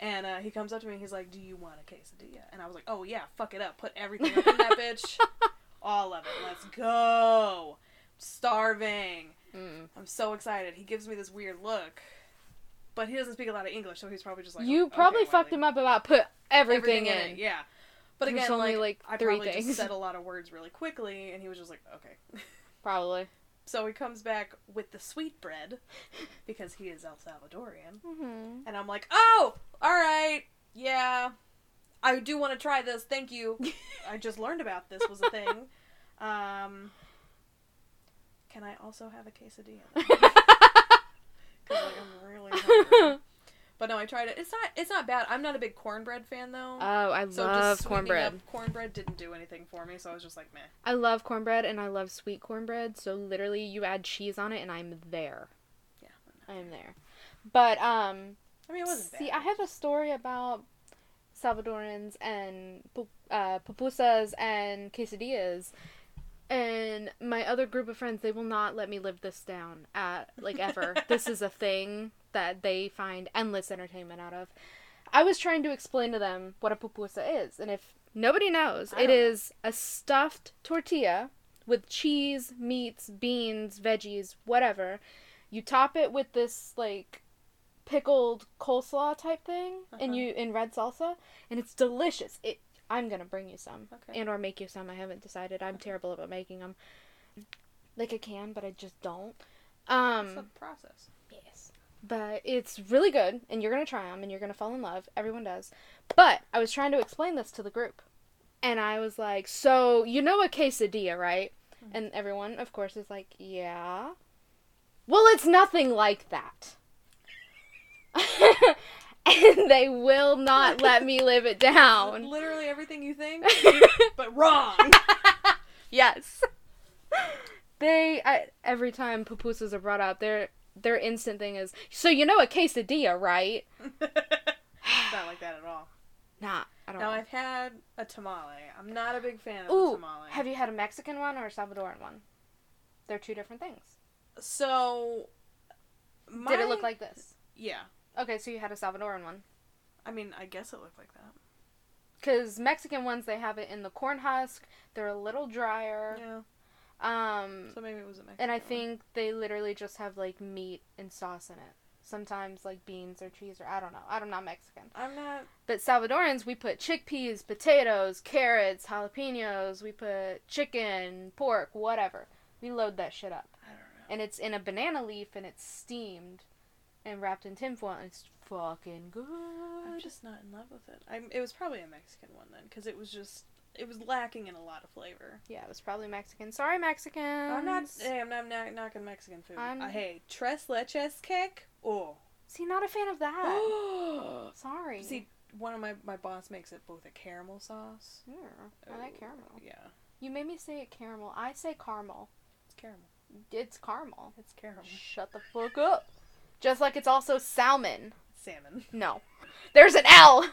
[SPEAKER 2] And uh, he comes up to me and he's like, Do you want a quesadilla? And I was like, Oh, yeah, fuck it up. Put everything up in
[SPEAKER 1] [laughs]
[SPEAKER 2] that bitch. All of it. Let's go. starving.
[SPEAKER 1] Mm.
[SPEAKER 2] I'm so excited. He gives me this weird look, but he doesn't speak a lot of English, so he's probably just like, "Oh,
[SPEAKER 1] you
[SPEAKER 2] "Okay,
[SPEAKER 1] probably
[SPEAKER 2] Wiley."
[SPEAKER 1] fucked him up about put everything, in.
[SPEAKER 2] it, Yeah. But
[SPEAKER 1] There's
[SPEAKER 2] again,
[SPEAKER 1] only,
[SPEAKER 2] like,
[SPEAKER 1] like,
[SPEAKER 2] I
[SPEAKER 1] three
[SPEAKER 2] probably
[SPEAKER 1] things.
[SPEAKER 2] just said a lot of words really quickly, and he was just like, Okay. [laughs]
[SPEAKER 1] Probably.
[SPEAKER 2] So he comes back with the sweetbread because he is El Salvadorian. [laughs]
[SPEAKER 1] Mm-hmm.
[SPEAKER 2] And I'm like, oh, all right, yeah, I do want to try this. Thank
[SPEAKER 1] [laughs]
[SPEAKER 2] you. I just learned about this was a thing. Um, can I also have a quesadilla? Because like, I'm
[SPEAKER 1] [laughs]
[SPEAKER 2] really hungry. But no, I tried it. It's not. It's not bad. I'm not a big cornbread fan though.
[SPEAKER 1] [laughs] oh, I
[SPEAKER 2] so
[SPEAKER 1] love
[SPEAKER 2] just sweetening
[SPEAKER 1] cornbread.
[SPEAKER 2] Up cornbread didn't do anything for me, so I was just like, meh.
[SPEAKER 1] I love cornbread and I love sweet cornbread. So literally, you add cheese on it, and I'm there.
[SPEAKER 2] Yeah.
[SPEAKER 1] I'm there. But um,
[SPEAKER 2] I mean, it wasn't bad.
[SPEAKER 1] see, I have a story about Salvadorans and pu- uh, pupusas and quesadillas. And my other group of friends, they will not let me live this down at
[SPEAKER 2] [laughs]
[SPEAKER 1] like ever. this is a thing that they find endless entertainment out of. I was trying to explain to them what a pupusa is, and if nobody knows,
[SPEAKER 2] I
[SPEAKER 1] it
[SPEAKER 2] don't know.
[SPEAKER 1] is a stuffed tortilla with cheese, meats, beans, veggies, whatever. You top it with this like pickled coleslaw type thing,
[SPEAKER 2] Uh-huh.
[SPEAKER 1] and you in red salsa, and it's delicious. It I'm gonna bring you some,
[SPEAKER 2] Okay.
[SPEAKER 1] and or make you some. I haven't decided. I'm terrible about making them. Like I can, but I just don't. Um,
[SPEAKER 2] It's the process.
[SPEAKER 1] Yes. But it's really good, and you're gonna try them, and you're gonna fall in love. Everyone does. But I was trying to explain this to the group, and I was like, "So you know a quesadilla, right?" And everyone, of course, is like, "Yeah." Well, it's nothing like that. [laughs] and they will not let me live it down. [laughs]
[SPEAKER 2] Literally everything you think, but wrong. [laughs]
[SPEAKER 1] Yes. They I, every time pupusas are brought up, their their instant thing is, "So you know a quesadilla, right?"
[SPEAKER 2] not like that at all.
[SPEAKER 1] Nah, I don't.
[SPEAKER 2] Now
[SPEAKER 1] know.
[SPEAKER 2] I've had a tamale. I'm not a big fan of the
[SPEAKER 1] Ooh,
[SPEAKER 2] tamale.
[SPEAKER 1] have you had a Mexican one or a Salvadoran one? They're two different things.
[SPEAKER 2] So, my...
[SPEAKER 1] Did it look like this?
[SPEAKER 2] Yeah.
[SPEAKER 1] Okay, so you had a Salvadoran one.
[SPEAKER 2] I mean, I guess it looked like that.
[SPEAKER 1] Because Mexican ones, they have it in the corn husk. They're a little drier.
[SPEAKER 2] Yeah.
[SPEAKER 1] Um,
[SPEAKER 2] So maybe it was a Mexican.
[SPEAKER 1] and I
[SPEAKER 2] one.
[SPEAKER 1] think they literally just have like meat and sauce in it. Sometimes like beans or cheese or I don't know. I'm not Mexican.
[SPEAKER 2] I'm not.
[SPEAKER 1] But Salvadorans, we put chickpeas, potatoes, carrots, jalapenos. We put chicken, pork, whatever. We load that shit up.
[SPEAKER 2] I don't
[SPEAKER 1] and it's in a banana leaf and it's steamed and wrapped in tinfoil and it's fucking
[SPEAKER 2] know. I'm
[SPEAKER 1] good.
[SPEAKER 2] just not in love with it. I'm. It was probably a Mexican one then, because it was just. It was lacking in a lot of flavor.
[SPEAKER 1] Yeah, it was probably Mexican. Sorry, Mexican.
[SPEAKER 2] I'm not. eh. Hey, I'm not, I'm not knocking Mexican food.
[SPEAKER 1] I'm-
[SPEAKER 2] Uh, hey, tres leches cake.
[SPEAKER 1] [gasps]
[SPEAKER 2] Oh.
[SPEAKER 1] See, not a fan of
[SPEAKER 2] [gasps]
[SPEAKER 1] that.
[SPEAKER 2] Oh.
[SPEAKER 1] Sorry.
[SPEAKER 2] See, one of my my boss makes it with a caramel sauce.
[SPEAKER 1] yeah, I like
[SPEAKER 2] Oh,
[SPEAKER 1] caramel.
[SPEAKER 2] Yeah,
[SPEAKER 1] You made me say it caramel. I say caramel.
[SPEAKER 2] it's caramel.
[SPEAKER 1] It's caramel.
[SPEAKER 2] It's caramel.
[SPEAKER 1] Shut the fuck up. Just like it's also salmon.
[SPEAKER 2] Salmon. [laughs]
[SPEAKER 1] No. There's an L.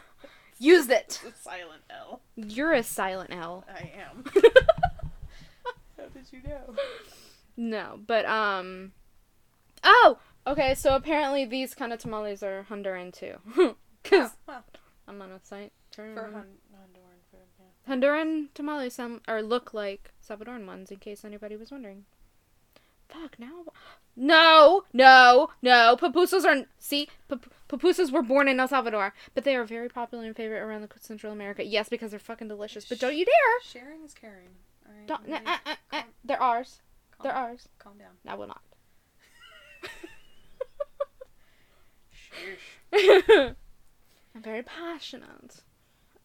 [SPEAKER 1] Used it.
[SPEAKER 2] It's a silent L.
[SPEAKER 1] You're a silent L.
[SPEAKER 2] I
[SPEAKER 1] [laughs]
[SPEAKER 2] am. How did you know?
[SPEAKER 1] No, but um Oh, okay, so apparently these kind of tamales are Honduran too. [laughs] Cuz
[SPEAKER 2] Well,
[SPEAKER 1] I'm on a site
[SPEAKER 2] for
[SPEAKER 1] Honduran.
[SPEAKER 2] Hon- Honduran food, yeah.
[SPEAKER 1] Honduran tamales sound or look like Salvadoran ones in case anybody was wondering. Fuck, now [gasps] No, no, no. Pupusas are see, pup- pupusas were born in El Salvador, but they are very popular and favorite around the Central America. Yes, because they're fucking delicious. But don't you dare.
[SPEAKER 2] Sharing is caring. All right,
[SPEAKER 1] Don't,
[SPEAKER 2] we
[SPEAKER 1] uh,
[SPEAKER 2] need-
[SPEAKER 1] uh, uh, uh,
[SPEAKER 2] calm-
[SPEAKER 1] they're ours.
[SPEAKER 2] calm-
[SPEAKER 1] They're ours.
[SPEAKER 2] Calm down.
[SPEAKER 1] I will not. [laughs]
[SPEAKER 2] Sheesh.
[SPEAKER 1] I'm very passionate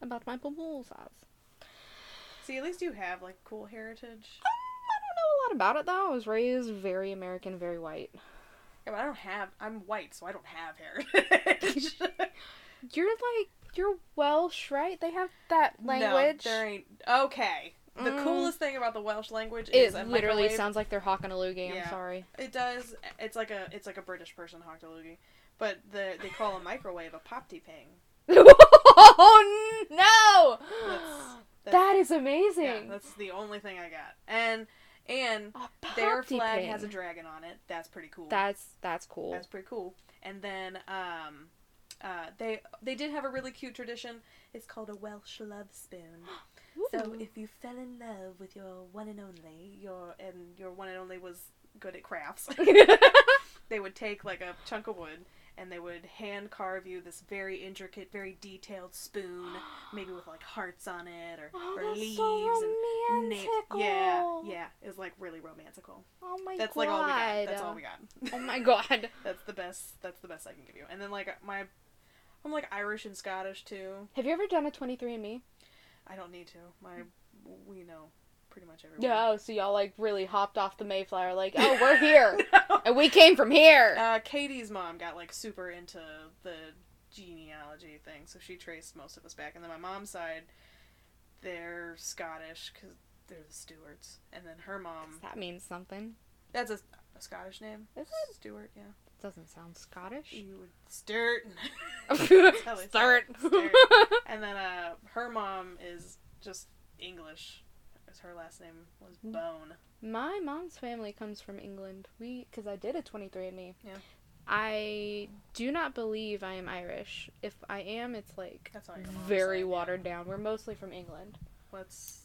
[SPEAKER 1] about my Um, pupusas.
[SPEAKER 2] See, at least you have like cool heritage.
[SPEAKER 1] I don't know a lot about it though. I was raised very American, very white.
[SPEAKER 2] Yeah, but I don't have. I'm white, so I don't
[SPEAKER 1] [laughs]
[SPEAKER 2] have heritage. [laughs]
[SPEAKER 1] You're like you're Welsh, right? They have that language.
[SPEAKER 2] No, there ain't. Okay. The
[SPEAKER 1] Mm.
[SPEAKER 2] coolest thing about the Welsh language
[SPEAKER 1] it
[SPEAKER 2] is a
[SPEAKER 1] literally
[SPEAKER 2] microwave
[SPEAKER 1] sounds like they're Hockanaloogie. I'm
[SPEAKER 2] Yeah. [gasps]
[SPEAKER 1] sorry. [laughs]
[SPEAKER 2] It does. It's like a it's like a British person Hockalugi, but the they call a microwave a popty ping.
[SPEAKER 1] [gasps] oh no!
[SPEAKER 2] That's, that's
[SPEAKER 1] That is
[SPEAKER 2] yeah,
[SPEAKER 1] amazing.
[SPEAKER 2] that's the only thing I got. And and
[SPEAKER 1] A
[SPEAKER 2] their
[SPEAKER 1] party
[SPEAKER 2] flag
[SPEAKER 1] pig.
[SPEAKER 2] has a dragon on it. That's pretty cool.
[SPEAKER 1] That's that's cool.
[SPEAKER 2] that's pretty cool. And then um, uh, they they did have a really cute tradition. It's called a Welsh love spoon. So
[SPEAKER 1] [laughs] Ooh.
[SPEAKER 2] if you fell in love with your one and only, your
[SPEAKER 1] [laughs]
[SPEAKER 2] [laughs] and your one and only was good at crafts. they would take like a chunk of wood and they would hand carve you this very intricate, very detailed spoon, maybe with like hearts on it or,
[SPEAKER 1] Oh,
[SPEAKER 2] or
[SPEAKER 1] that's
[SPEAKER 2] leaves
[SPEAKER 1] so
[SPEAKER 2] and na-
[SPEAKER 1] romantical.
[SPEAKER 2] yeah, yeah, it was like really romantical.
[SPEAKER 1] Oh my
[SPEAKER 2] That's
[SPEAKER 1] god.
[SPEAKER 2] like all we got. That's all we got.
[SPEAKER 1] [laughs] Oh my god.
[SPEAKER 2] That's the best. That's the best I can give you. And then like my, I'm like Irish and Scottish too.
[SPEAKER 1] Have you ever done a 23andMe?
[SPEAKER 2] I don't need to. My we know pretty much everyone.
[SPEAKER 1] No, Oh, so y'all like really hopped off the Mayflower, like, [laughs] oh, we're here.
[SPEAKER 2] [laughs]
[SPEAKER 1] and we came from here.
[SPEAKER 2] Uh, Katie's mom got like super into the genealogy thing, so she traced most of us back. And then my mom's side, they're Scottish because they're the Stewarts. And then her mom,
[SPEAKER 1] that means something.
[SPEAKER 2] that's a, a Scottish name.
[SPEAKER 1] Is it?
[SPEAKER 2] Stewart? Yeah.
[SPEAKER 1] Doesn't
[SPEAKER 2] [laughs]
[SPEAKER 1] sound Scottish. [laughs]
[SPEAKER 2] You would Stewart. how they
[SPEAKER 1] Start.
[SPEAKER 2] Start. [laughs] and then uh, her mom is just English. 'cause Her last name was
[SPEAKER 1] Hmm.
[SPEAKER 2] Bone.
[SPEAKER 1] [laughs] My mom's family comes from England. We, because I did a 23andMe.
[SPEAKER 2] Yeah.
[SPEAKER 1] I do not believe I am Irish. If I am, it's like
[SPEAKER 2] That's all your mom's
[SPEAKER 1] very
[SPEAKER 2] side, yeah.
[SPEAKER 1] watered down. We're mostly from England.
[SPEAKER 2] What's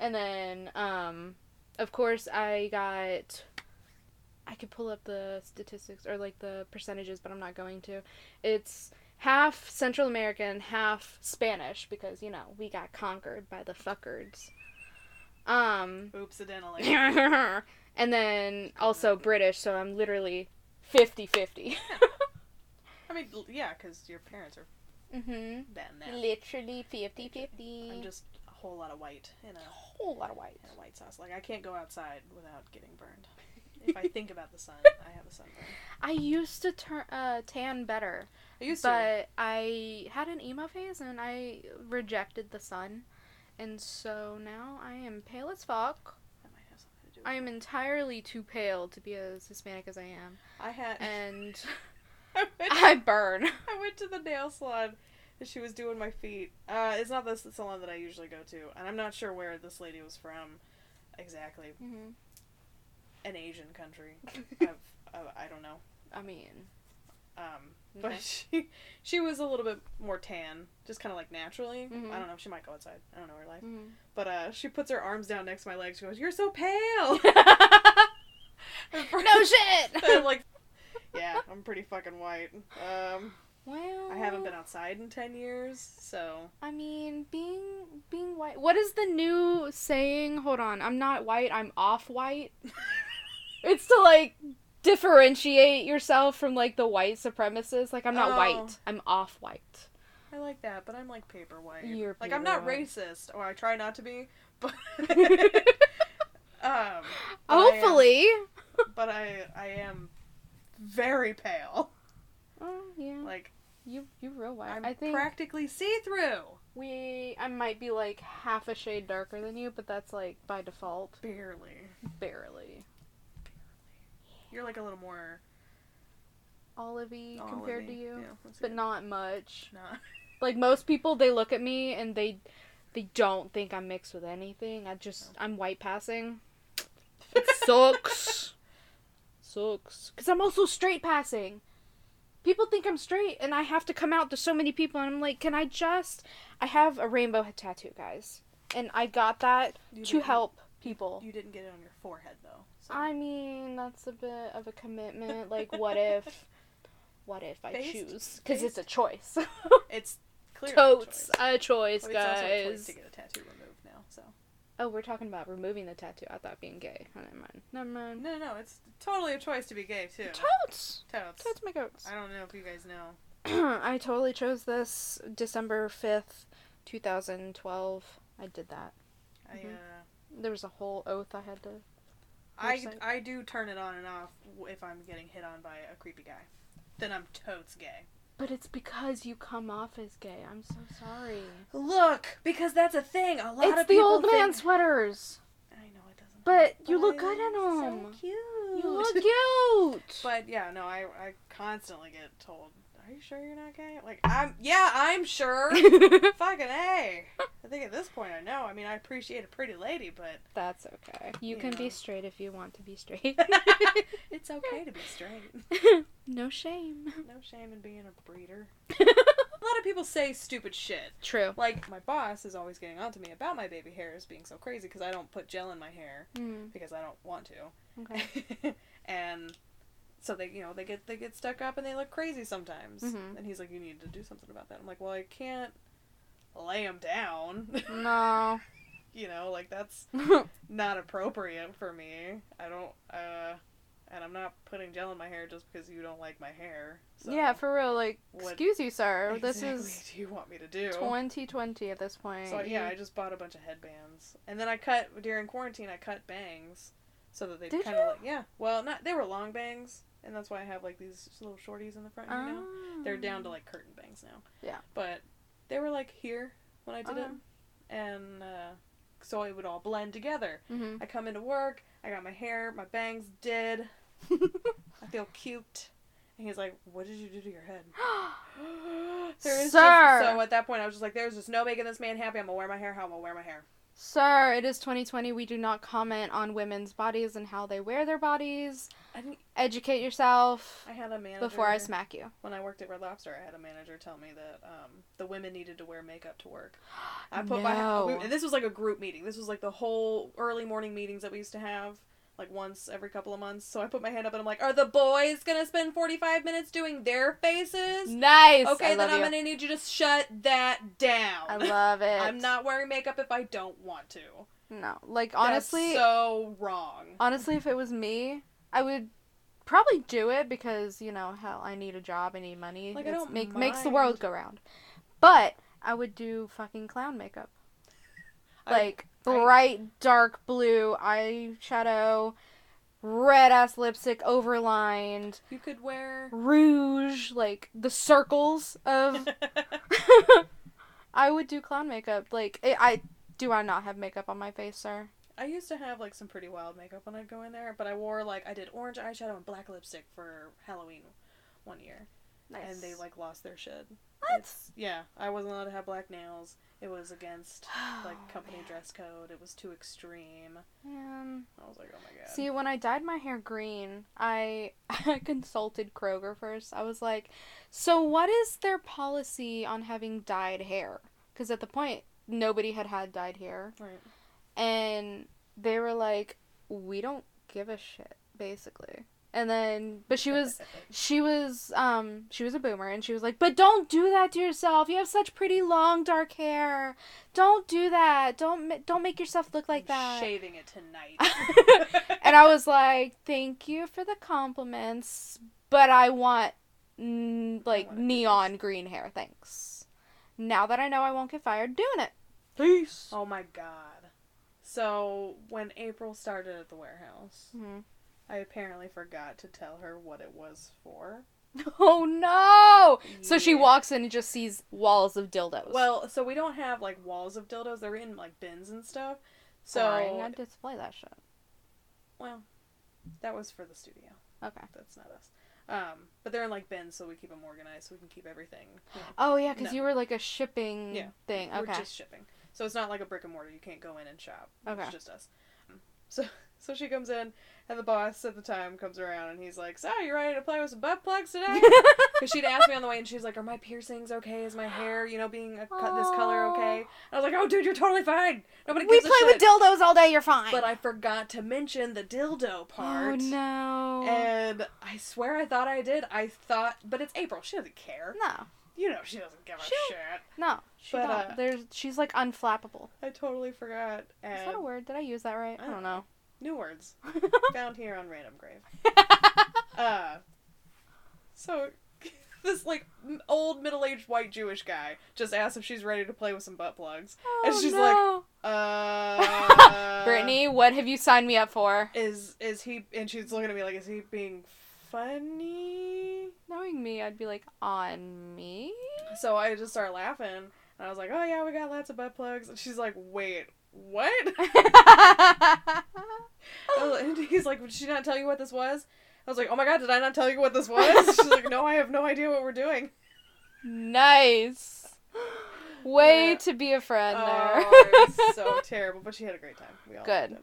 [SPEAKER 1] And then, um, of course, I got. I could pull up the statistics or like the percentages, but I'm not going to. It's half Central American, half Spanish because you know we got conquered by the fuckards. Um, [laughs]
[SPEAKER 2] oops, accidentally?
[SPEAKER 1] and then also British, so I'm literally 50-50.
[SPEAKER 2] I mean, l- yeah, because your parents are
[SPEAKER 1] mm-hmm.
[SPEAKER 2] that now.
[SPEAKER 1] Literally 50-50.
[SPEAKER 2] I'm just a whole lot of white and a
[SPEAKER 1] whole lot of white.
[SPEAKER 2] and a white sauce. Like I can't go outside without getting
[SPEAKER 1] [laughs]
[SPEAKER 2] burned. If I think about the sun, I have a sunburn.
[SPEAKER 1] I used to turn uh, tan better.
[SPEAKER 2] I used to.
[SPEAKER 1] but I had an emo phase and I rejected the sun. And so now I am pale as fuck.
[SPEAKER 2] That might have something to do. With
[SPEAKER 1] I am entirely too pale to be as Hispanic as
[SPEAKER 2] [laughs]
[SPEAKER 1] I am.
[SPEAKER 2] I had. [laughs]
[SPEAKER 1] And
[SPEAKER 2] I, went,
[SPEAKER 1] I burn.
[SPEAKER 2] I went to the nail salon, and she was doing my feet. Uh, it's not the s- salon that I usually go to, and I'm not sure where this lady was from, exactly. Mm-hmm. An Asian
[SPEAKER 1] [laughs]
[SPEAKER 2] country. I've, uh, I don't know.
[SPEAKER 1] I mean,
[SPEAKER 2] Um,
[SPEAKER 1] Okay.
[SPEAKER 2] but [laughs] she she was a little bit more tan, just kind of like naturally.
[SPEAKER 1] Mhm.
[SPEAKER 2] I don't know. She might go outside. I don't know her life.
[SPEAKER 1] mhm.
[SPEAKER 2] But uh, she puts her arms down next to my legs. She goes, "You're so pale."
[SPEAKER 1] [laughs] [laughs] no shit!
[SPEAKER 2] [laughs] I'm like, yeah, I'm pretty fucking white. Um,
[SPEAKER 1] well,
[SPEAKER 2] I haven't been outside in ten years, so
[SPEAKER 1] I mean, being being white. What is the new saying? Hold on, I'm not white. I'm off white. it's to like differentiate yourself from like the white supremacists. Like I'm not
[SPEAKER 2] Oh.
[SPEAKER 1] white. I'm off white.
[SPEAKER 2] I like that. But I'm like paper white.
[SPEAKER 1] You're
[SPEAKER 2] like
[SPEAKER 1] paper
[SPEAKER 2] I'm not
[SPEAKER 1] white.
[SPEAKER 2] racist, or I try not to be. But
[SPEAKER 1] [laughs]
[SPEAKER 2] [laughs] um,
[SPEAKER 1] Hopefully.
[SPEAKER 2] but I I am very pale.
[SPEAKER 1] Oh yeah.
[SPEAKER 2] Like
[SPEAKER 1] you you real white.
[SPEAKER 2] I'm
[SPEAKER 1] i think
[SPEAKER 2] practically see through.
[SPEAKER 1] we I might be like half a shade darker than you, but that's like by default,
[SPEAKER 2] Barely.
[SPEAKER 1] barely.
[SPEAKER 2] You're like a little more
[SPEAKER 1] Olivey compared
[SPEAKER 2] olive-y.
[SPEAKER 1] to you,
[SPEAKER 2] Yeah, that's
[SPEAKER 1] but
[SPEAKER 2] good.
[SPEAKER 1] not much.
[SPEAKER 2] [laughs] Not-
[SPEAKER 1] Like most people, they look at me and they they don't think I'm mixed with anything. I just I'm white passing. It sucks. [laughs] sucks. Cause I'm also straight passing. People think I'm straight, and I have to come out to so many people, and I'm like, can I just? I have a rainbow tattoo, guys, and I got that
[SPEAKER 2] You
[SPEAKER 1] to
[SPEAKER 2] didn't-
[SPEAKER 1] help people.
[SPEAKER 2] You didn't get it on your forehead though. So.
[SPEAKER 1] I mean, that's a bit of a commitment. Like, what [laughs] if? What if I
[SPEAKER 2] Based-
[SPEAKER 1] choose? Because it's
[SPEAKER 2] based-
[SPEAKER 1] a choice. [laughs]
[SPEAKER 2] It's clearly
[SPEAKER 1] Totes
[SPEAKER 2] a choice.
[SPEAKER 1] a choice,
[SPEAKER 2] But it's also a choice
[SPEAKER 1] guys.
[SPEAKER 2] to get a tattoo removed now. So
[SPEAKER 1] Oh, we're talking about removing the tattoo. I thought being gay. Oh, never mind. Never mind.
[SPEAKER 2] no, no, no. It's totally a choice to be gay too.
[SPEAKER 1] Totes!
[SPEAKER 2] Totes.
[SPEAKER 1] Totes my goats.
[SPEAKER 2] I don't know if you guys know.
[SPEAKER 1] [clears throat] I totally chose this December 5th, 2012. I did that.
[SPEAKER 2] I
[SPEAKER 1] Mhm.
[SPEAKER 2] uh,
[SPEAKER 1] There was a whole oath I had to.
[SPEAKER 2] I
[SPEAKER 1] Website.
[SPEAKER 2] I do turn it on and off w- if I'm getting hit on by a creepy guy. Then I'm totes gay.
[SPEAKER 1] But it's because you come off as gay. I'm so sorry.
[SPEAKER 2] Look, because that's a thing. A lot
[SPEAKER 1] It's the old man sweaters.
[SPEAKER 2] I know it doesn't.
[SPEAKER 1] But
[SPEAKER 2] help,
[SPEAKER 1] you look
[SPEAKER 2] I
[SPEAKER 1] good in
[SPEAKER 2] look
[SPEAKER 1] 'em.
[SPEAKER 2] So cute.
[SPEAKER 1] You look cute.
[SPEAKER 2] But yeah, no, I I constantly get told, "Are you sure you're not gay?" Like I'm, yeah, I'm sure.
[SPEAKER 1] [laughs]
[SPEAKER 2] [laughs] Fucking a. I think at this point I know. I mean, I appreciate a pretty lady, [laughs] but
[SPEAKER 1] That's okay. You can
[SPEAKER 2] Yeah.
[SPEAKER 1] be straight if you want to be
[SPEAKER 2] [laughs]
[SPEAKER 1] straight. [laughs]
[SPEAKER 2] it's okay to be straight.
[SPEAKER 1] no shame.
[SPEAKER 2] [laughs] No shame in being a breeder. A lot of people say stupid shit.
[SPEAKER 1] True.
[SPEAKER 2] Like my boss is always getting on to me about my baby hairs being so crazy because I don't put gel in my hair [laughs]
[SPEAKER 1] Mm,
[SPEAKER 2] because I don't want to.
[SPEAKER 1] okay.
[SPEAKER 2] and so they you know they get they get stuck up and they look crazy sometimes.
[SPEAKER 1] Mhm.
[SPEAKER 2] And he's like, you need to do something about that. I'm like, well, I can't lay him down.
[SPEAKER 1] No.
[SPEAKER 2] [laughs]
[SPEAKER 1] [laughs]
[SPEAKER 2] you know, like that's not appropriate for me. I don't. uh And I'm not putting gel in my hair just because you don't like my hair. So
[SPEAKER 1] yeah, for real. Like,
[SPEAKER 2] What
[SPEAKER 1] excuse you, sir.
[SPEAKER 2] exactly
[SPEAKER 1] This is
[SPEAKER 2] [laughs] do you want me to do?
[SPEAKER 1] 2020 at this point.
[SPEAKER 2] So yeah, I
[SPEAKER 1] You-
[SPEAKER 2] just bought a bunch of headbands, and then I cut during quarantine. I cut bangs so that they
[SPEAKER 1] Did
[SPEAKER 2] kind
[SPEAKER 1] you?
[SPEAKER 2] of like yeah. Well, not they were long bangs, and that's why I have like these little shorties in the front. You know, they're down to
[SPEAKER 1] Oh.
[SPEAKER 2] like curtain bangs now.
[SPEAKER 1] Yeah. Uh-huh.
[SPEAKER 2] but they were like here when I did
[SPEAKER 1] Okay.
[SPEAKER 2] them, and uh, so it would all blend together.
[SPEAKER 1] Mhm.
[SPEAKER 2] I come into work, I got my hair, my bangs did, I feel cute. And he's like, "What did you do to your head?" [gasps] there is Just,
[SPEAKER 1] Sir.
[SPEAKER 2] so at that point, I was just like, "There's just no making this man happy. I'm gonna wear my hair. How I'm gonna wear my hair."
[SPEAKER 1] [laughs] Sir, it is 2020. We do not comment on women's bodies and how they wear their bodies.
[SPEAKER 2] I didn't.
[SPEAKER 1] Educate yourself
[SPEAKER 2] I had a manager
[SPEAKER 1] before I smack you.
[SPEAKER 2] when I worked at Red Lobster. I had a manager tell me that um, the women needed to wear makeup to
[SPEAKER 1] [gasps]
[SPEAKER 2] work. I put my.
[SPEAKER 1] No.
[SPEAKER 2] we- and this was like a group meeting. This was like the whole early morning meetings that we used to have. Like once every couple of months, so I put my hand up and I'm like, "Are the boys gonna spend 45 minutes doing their faces?"
[SPEAKER 1] Nice.
[SPEAKER 2] Okay,
[SPEAKER 1] I
[SPEAKER 2] then
[SPEAKER 1] love
[SPEAKER 2] I'm
[SPEAKER 1] you.
[SPEAKER 2] gonna need you to shut that down.
[SPEAKER 1] I love
[SPEAKER 2] [laughs]
[SPEAKER 1] it.
[SPEAKER 2] I'm not wearing makeup if I don't want to.
[SPEAKER 1] No, like
[SPEAKER 2] That's
[SPEAKER 1] honestly,
[SPEAKER 2] so wrong.
[SPEAKER 1] honestly, if it was me, I would probably do it because you know, hell, I need a job, I need money.
[SPEAKER 2] Like, I
[SPEAKER 1] It's-
[SPEAKER 2] don't
[SPEAKER 1] make makes the
[SPEAKER 2] mind.
[SPEAKER 1] world go round. But I would do fucking clown makeup,
[SPEAKER 2] I-
[SPEAKER 1] like
[SPEAKER 2] I-
[SPEAKER 1] bright dark blue eyeshadow, red ass lipstick overlined,
[SPEAKER 2] you could wear. [laughs]
[SPEAKER 1] rouge, like the circles of. I would do clown makeup. Like I, I do. I not have makeup on my face, sir.
[SPEAKER 2] I used to have like some pretty wild makeup when I'd go in there, but I wore like I did orange eyeshadow and black lipstick for Halloween one year, and they like lost their shit.
[SPEAKER 1] what?
[SPEAKER 2] Yeah, I wasn't allowed to have black nails. It was
[SPEAKER 1] [sighs]
[SPEAKER 2] against
[SPEAKER 1] Oh,
[SPEAKER 2] like company dress code. It was too extreme.
[SPEAKER 1] Man.
[SPEAKER 2] I was like, oh my god.
[SPEAKER 1] See, when I dyed my hair green, I [laughs] consulted Kroger first. I was like, so what is their policy on having dyed hair? Because at the point, nobody had had dyed hair.
[SPEAKER 2] Right.
[SPEAKER 1] And they were like, we don't give a shit, basically. And then, but she was, she was, um, she was a boomer and she was like, but don't do that to yourself. You have such pretty long, dark hair. Don't do that. Don't, ma- don't make yourself look like that.
[SPEAKER 2] Shaving it
[SPEAKER 1] [laughs]
[SPEAKER 2] tonight. [laughs]
[SPEAKER 1] And I was like, "Thank you for the compliments, but I want mm, like
[SPEAKER 2] wanna do
[SPEAKER 1] neon green hair, thanks." Now that I know I won't get fired doing it.
[SPEAKER 2] Peace. Oh my god. So when April started at the warehouse,
[SPEAKER 1] Mhm.
[SPEAKER 2] I apparently forgot to tell her what it was for.
[SPEAKER 1] [laughs] Oh no! So she
[SPEAKER 2] Yeah.
[SPEAKER 1] walks in and just sees walls of dildos.
[SPEAKER 2] Well, so we don't have like walls of dildos; they're in like bins and stuff. So
[SPEAKER 1] Boring. I display that shit.
[SPEAKER 2] well, that was for the studio.
[SPEAKER 1] Okay.
[SPEAKER 2] That's not us. Um, but they're in like bins, so we keep them organized, so we can keep everything. you know.
[SPEAKER 1] Oh yeah, because
[SPEAKER 2] No.
[SPEAKER 1] you were like a shipping
[SPEAKER 2] Yeah.
[SPEAKER 1] thing.
[SPEAKER 2] We're
[SPEAKER 1] Okay.
[SPEAKER 2] just shipping, so it's not like a brick and mortar. You can't go in and shop.
[SPEAKER 1] Okay.
[SPEAKER 2] It's just us. Um, So [laughs] so she comes in, and the boss at the time comes around, and he's like, "So you ready to play with some butt plugs
[SPEAKER 1] [laughs]
[SPEAKER 2] today?" Because she'd asked me on the way, and she's like, "Are my piercings okay? Is my hair, you know, being a cut this color okay?" And I was like, "Oh, dude, you're totally fine. Nobody
[SPEAKER 1] we
[SPEAKER 2] gives
[SPEAKER 1] play
[SPEAKER 2] a
[SPEAKER 1] with
[SPEAKER 2] shit."
[SPEAKER 1] dildos all day. You're fine.
[SPEAKER 2] But I forgot to mention the dildo
[SPEAKER 1] Oh
[SPEAKER 2] part.
[SPEAKER 1] no.
[SPEAKER 2] And I swear I thought I did. I thought, but it's April. She doesn't care.
[SPEAKER 1] no.
[SPEAKER 2] You know, she doesn't give a
[SPEAKER 1] She don't-
[SPEAKER 2] shit.
[SPEAKER 1] No. She
[SPEAKER 2] But,
[SPEAKER 1] don't.
[SPEAKER 2] uh,
[SPEAKER 1] There's. She's like unflappable.
[SPEAKER 2] I totally forgot. And
[SPEAKER 1] Is that a word? Did I use that right?
[SPEAKER 2] I
[SPEAKER 1] I don't know.
[SPEAKER 2] new words found here on Random Grave. Uh, so [laughs] this like m- old middle-aged white Jewish guy just asks if she's ready to play with some butt plugs.
[SPEAKER 1] Oh,
[SPEAKER 2] And she's like, Uh,
[SPEAKER 1] Brittany, what have you signed me up for?
[SPEAKER 2] is is he? And she's looking at me like, is he being funny?
[SPEAKER 1] Knowing me, I'd be like, on me? [laughs]
[SPEAKER 2] So I just started laughing, and I was like, "Oh yeah, we got lots of butt plugs." And she's like, "Wait, what?" [laughs] I was- and he's like, "Did she not tell you what this was?" I was like, "Oh my god, did I not tell you what this was?" [laughs] She's like, "No, I have no idea what we're doing."
[SPEAKER 1] nice. Way
[SPEAKER 2] Yeah.
[SPEAKER 1] to be a friend
[SPEAKER 2] Oh,
[SPEAKER 1] there. [laughs]
[SPEAKER 2] it was [laughs] so terrible, but she had a great time. We all
[SPEAKER 1] Good.
[SPEAKER 2] did.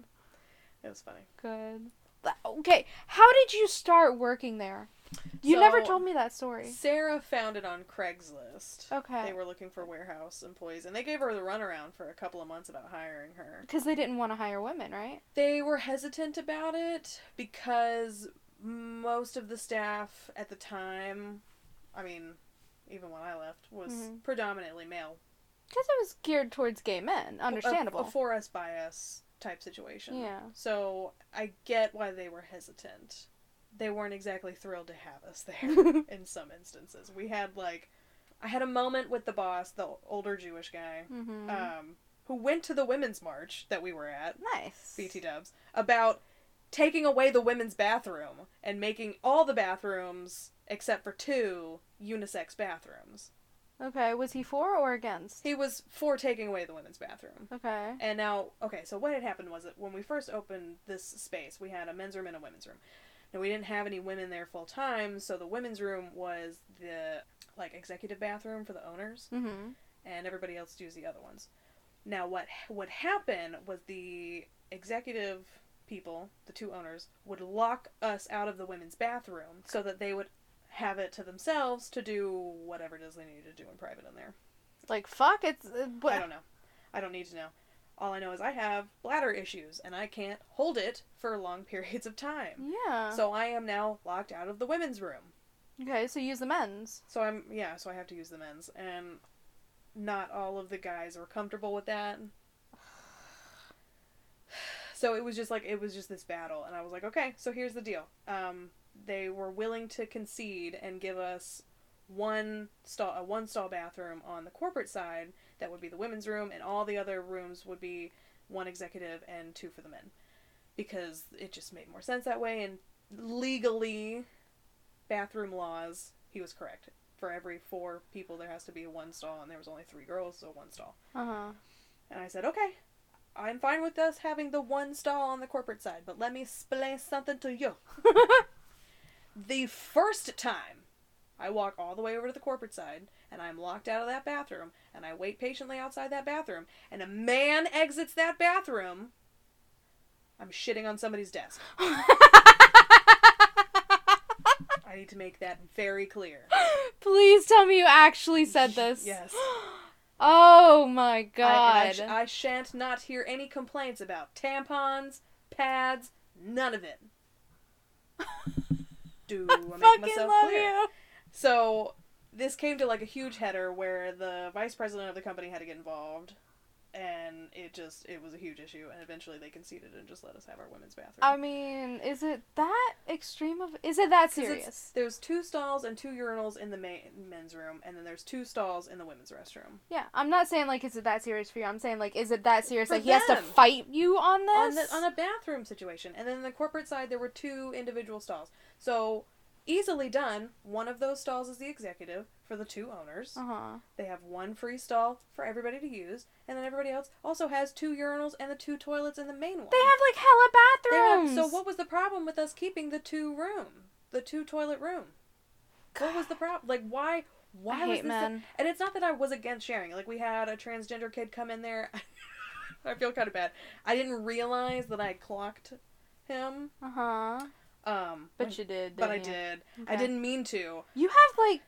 [SPEAKER 2] It was funny.
[SPEAKER 1] Good. Th- Okay, how did you start working there? You never
[SPEAKER 2] So-
[SPEAKER 1] told me that story.
[SPEAKER 2] Sarah found it on Craigslist. They
[SPEAKER 1] Okay.
[SPEAKER 2] were looking for warehouse employees, and they gave her the runaround for a couple of months about hiring her.
[SPEAKER 1] Because they didn't want to hire women, right?
[SPEAKER 2] They were hesitant about it because most of the staff at the time, I mean, even when I left, was
[SPEAKER 1] Mhm.
[SPEAKER 2] predominantly male.
[SPEAKER 1] Because it was geared towards gay men, understandable.
[SPEAKER 2] A, a for us by us type situation.
[SPEAKER 1] Yeah.
[SPEAKER 2] So I get why they were hesitant. They weren't exactly thrilled to have us
[SPEAKER 1] [laughs]
[SPEAKER 2] there in some instances. We had like, I had a moment with the boss, the older Jewish guy,
[SPEAKER 1] mm-hmm.
[SPEAKER 2] um, who went to the women's march that we were at.
[SPEAKER 1] nice.
[SPEAKER 2] BT Dubs about taking away the women's bathroom and making all the bathrooms except for two unisex bathrooms.
[SPEAKER 1] Okay, was he for or against?
[SPEAKER 2] He was for taking away the women's bathroom.
[SPEAKER 1] Okay.
[SPEAKER 2] And now, okay, so what had happened was that when we first opened this space, we had a men's room and a women's room. Now we didn't have any women there full time, so the women's room was the like executive bathroom for the owners.
[SPEAKER 1] Mm-hmm.
[SPEAKER 2] and everybody else used the other ones. Now, what would happen was the executive people, the two owners, would lock us out of the women's bathroom so that they would have it to themselves to do whatever it is they needed to do in private in there.
[SPEAKER 1] Like fuck, it's
[SPEAKER 2] I
[SPEAKER 1] uh, what?
[SPEAKER 2] don't know. I don't need to know. All I know is I have bladder issues and I can't hold it for long [laughs] periods of time.
[SPEAKER 1] Yeah.
[SPEAKER 2] So I am now locked out of the women's room.
[SPEAKER 1] okay, so use the men's.
[SPEAKER 2] So I'm yeah, so I have to use the men's and not all of the guys were comfortable with that. So it was just like it was just this battle and I was like, "Okay, so here's the deal. Um they were willing to concede and give us one stall a one stall bathroom on the corporate side that would be the women's room and all the other rooms would be one executive and two for the men because it just made more sense that way and legally bathroom laws he was correct for every four people there has to be one stall and there was only three girls so one stall
[SPEAKER 1] Uh huh.
[SPEAKER 2] and i said okay i'm fine with us having the one stall on the corporate side but let me explain something to you [laughs] the first time i walk all the way over to the corporate side and i'm locked out of that bathroom and i wait patiently outside that bathroom and a man exits that bathroom i'm shitting on somebody's desk
[SPEAKER 1] [laughs]
[SPEAKER 2] i need to make that very clear
[SPEAKER 1] Please tell me you actually
[SPEAKER 2] [laughs]
[SPEAKER 1] said this.
[SPEAKER 2] yes
[SPEAKER 1] Oh my
[SPEAKER 2] I,
[SPEAKER 1] god.
[SPEAKER 2] and I, sh- I shan't not hear any complaints about tampons, pads, none
[SPEAKER 1] [laughs]
[SPEAKER 2] of it. Do I make
[SPEAKER 1] fucking
[SPEAKER 2] myself
[SPEAKER 1] love
[SPEAKER 2] clear?
[SPEAKER 1] you.
[SPEAKER 2] So this came to like a huge header where the vice president of the company had to get involved, and it just it was a huge issue. And eventually they conceded and just let us have our women's bathroom.
[SPEAKER 1] I mean, is it that extreme of? Is it that
[SPEAKER 2] 'Cause it's-
[SPEAKER 1] serious?
[SPEAKER 2] There's two stalls and two urinals in the ma- men's room, and then there's two stalls in the women's restroom.
[SPEAKER 1] Yeah, I'm not saying like is it that serious for you. I'm saying like is it that serious?
[SPEAKER 2] For
[SPEAKER 1] like he has to
[SPEAKER 2] them.
[SPEAKER 1] fight you on
[SPEAKER 2] on
[SPEAKER 1] this.
[SPEAKER 2] the on a bathroom situation. And then on the corporate side, there were two individual stalls. So easily done. One of those stalls is the executive for the two owners.
[SPEAKER 1] uh huh.
[SPEAKER 2] They have one free stall for everybody to use, and then everybody else also has two urinals and the two toilets in the main one.
[SPEAKER 1] They have like hella
[SPEAKER 2] They have-
[SPEAKER 1] bathrooms.
[SPEAKER 2] so what was the problem with us keeping the two room, the two toilet room? What was the problem? Like why? Why
[SPEAKER 1] I
[SPEAKER 2] was
[SPEAKER 1] hate
[SPEAKER 2] this? a-
[SPEAKER 1] men.
[SPEAKER 2] and it's not that I was against sharing. Like we had a transgender kid come in there. [laughs] I feel kind of bad. I didn't realize that I clocked him.
[SPEAKER 1] Uh huh.
[SPEAKER 2] Um,
[SPEAKER 1] But you did.
[SPEAKER 2] but I
[SPEAKER 1] didn't you?
[SPEAKER 2] did. I
[SPEAKER 1] Okay.
[SPEAKER 2] didn't mean to.
[SPEAKER 1] You have like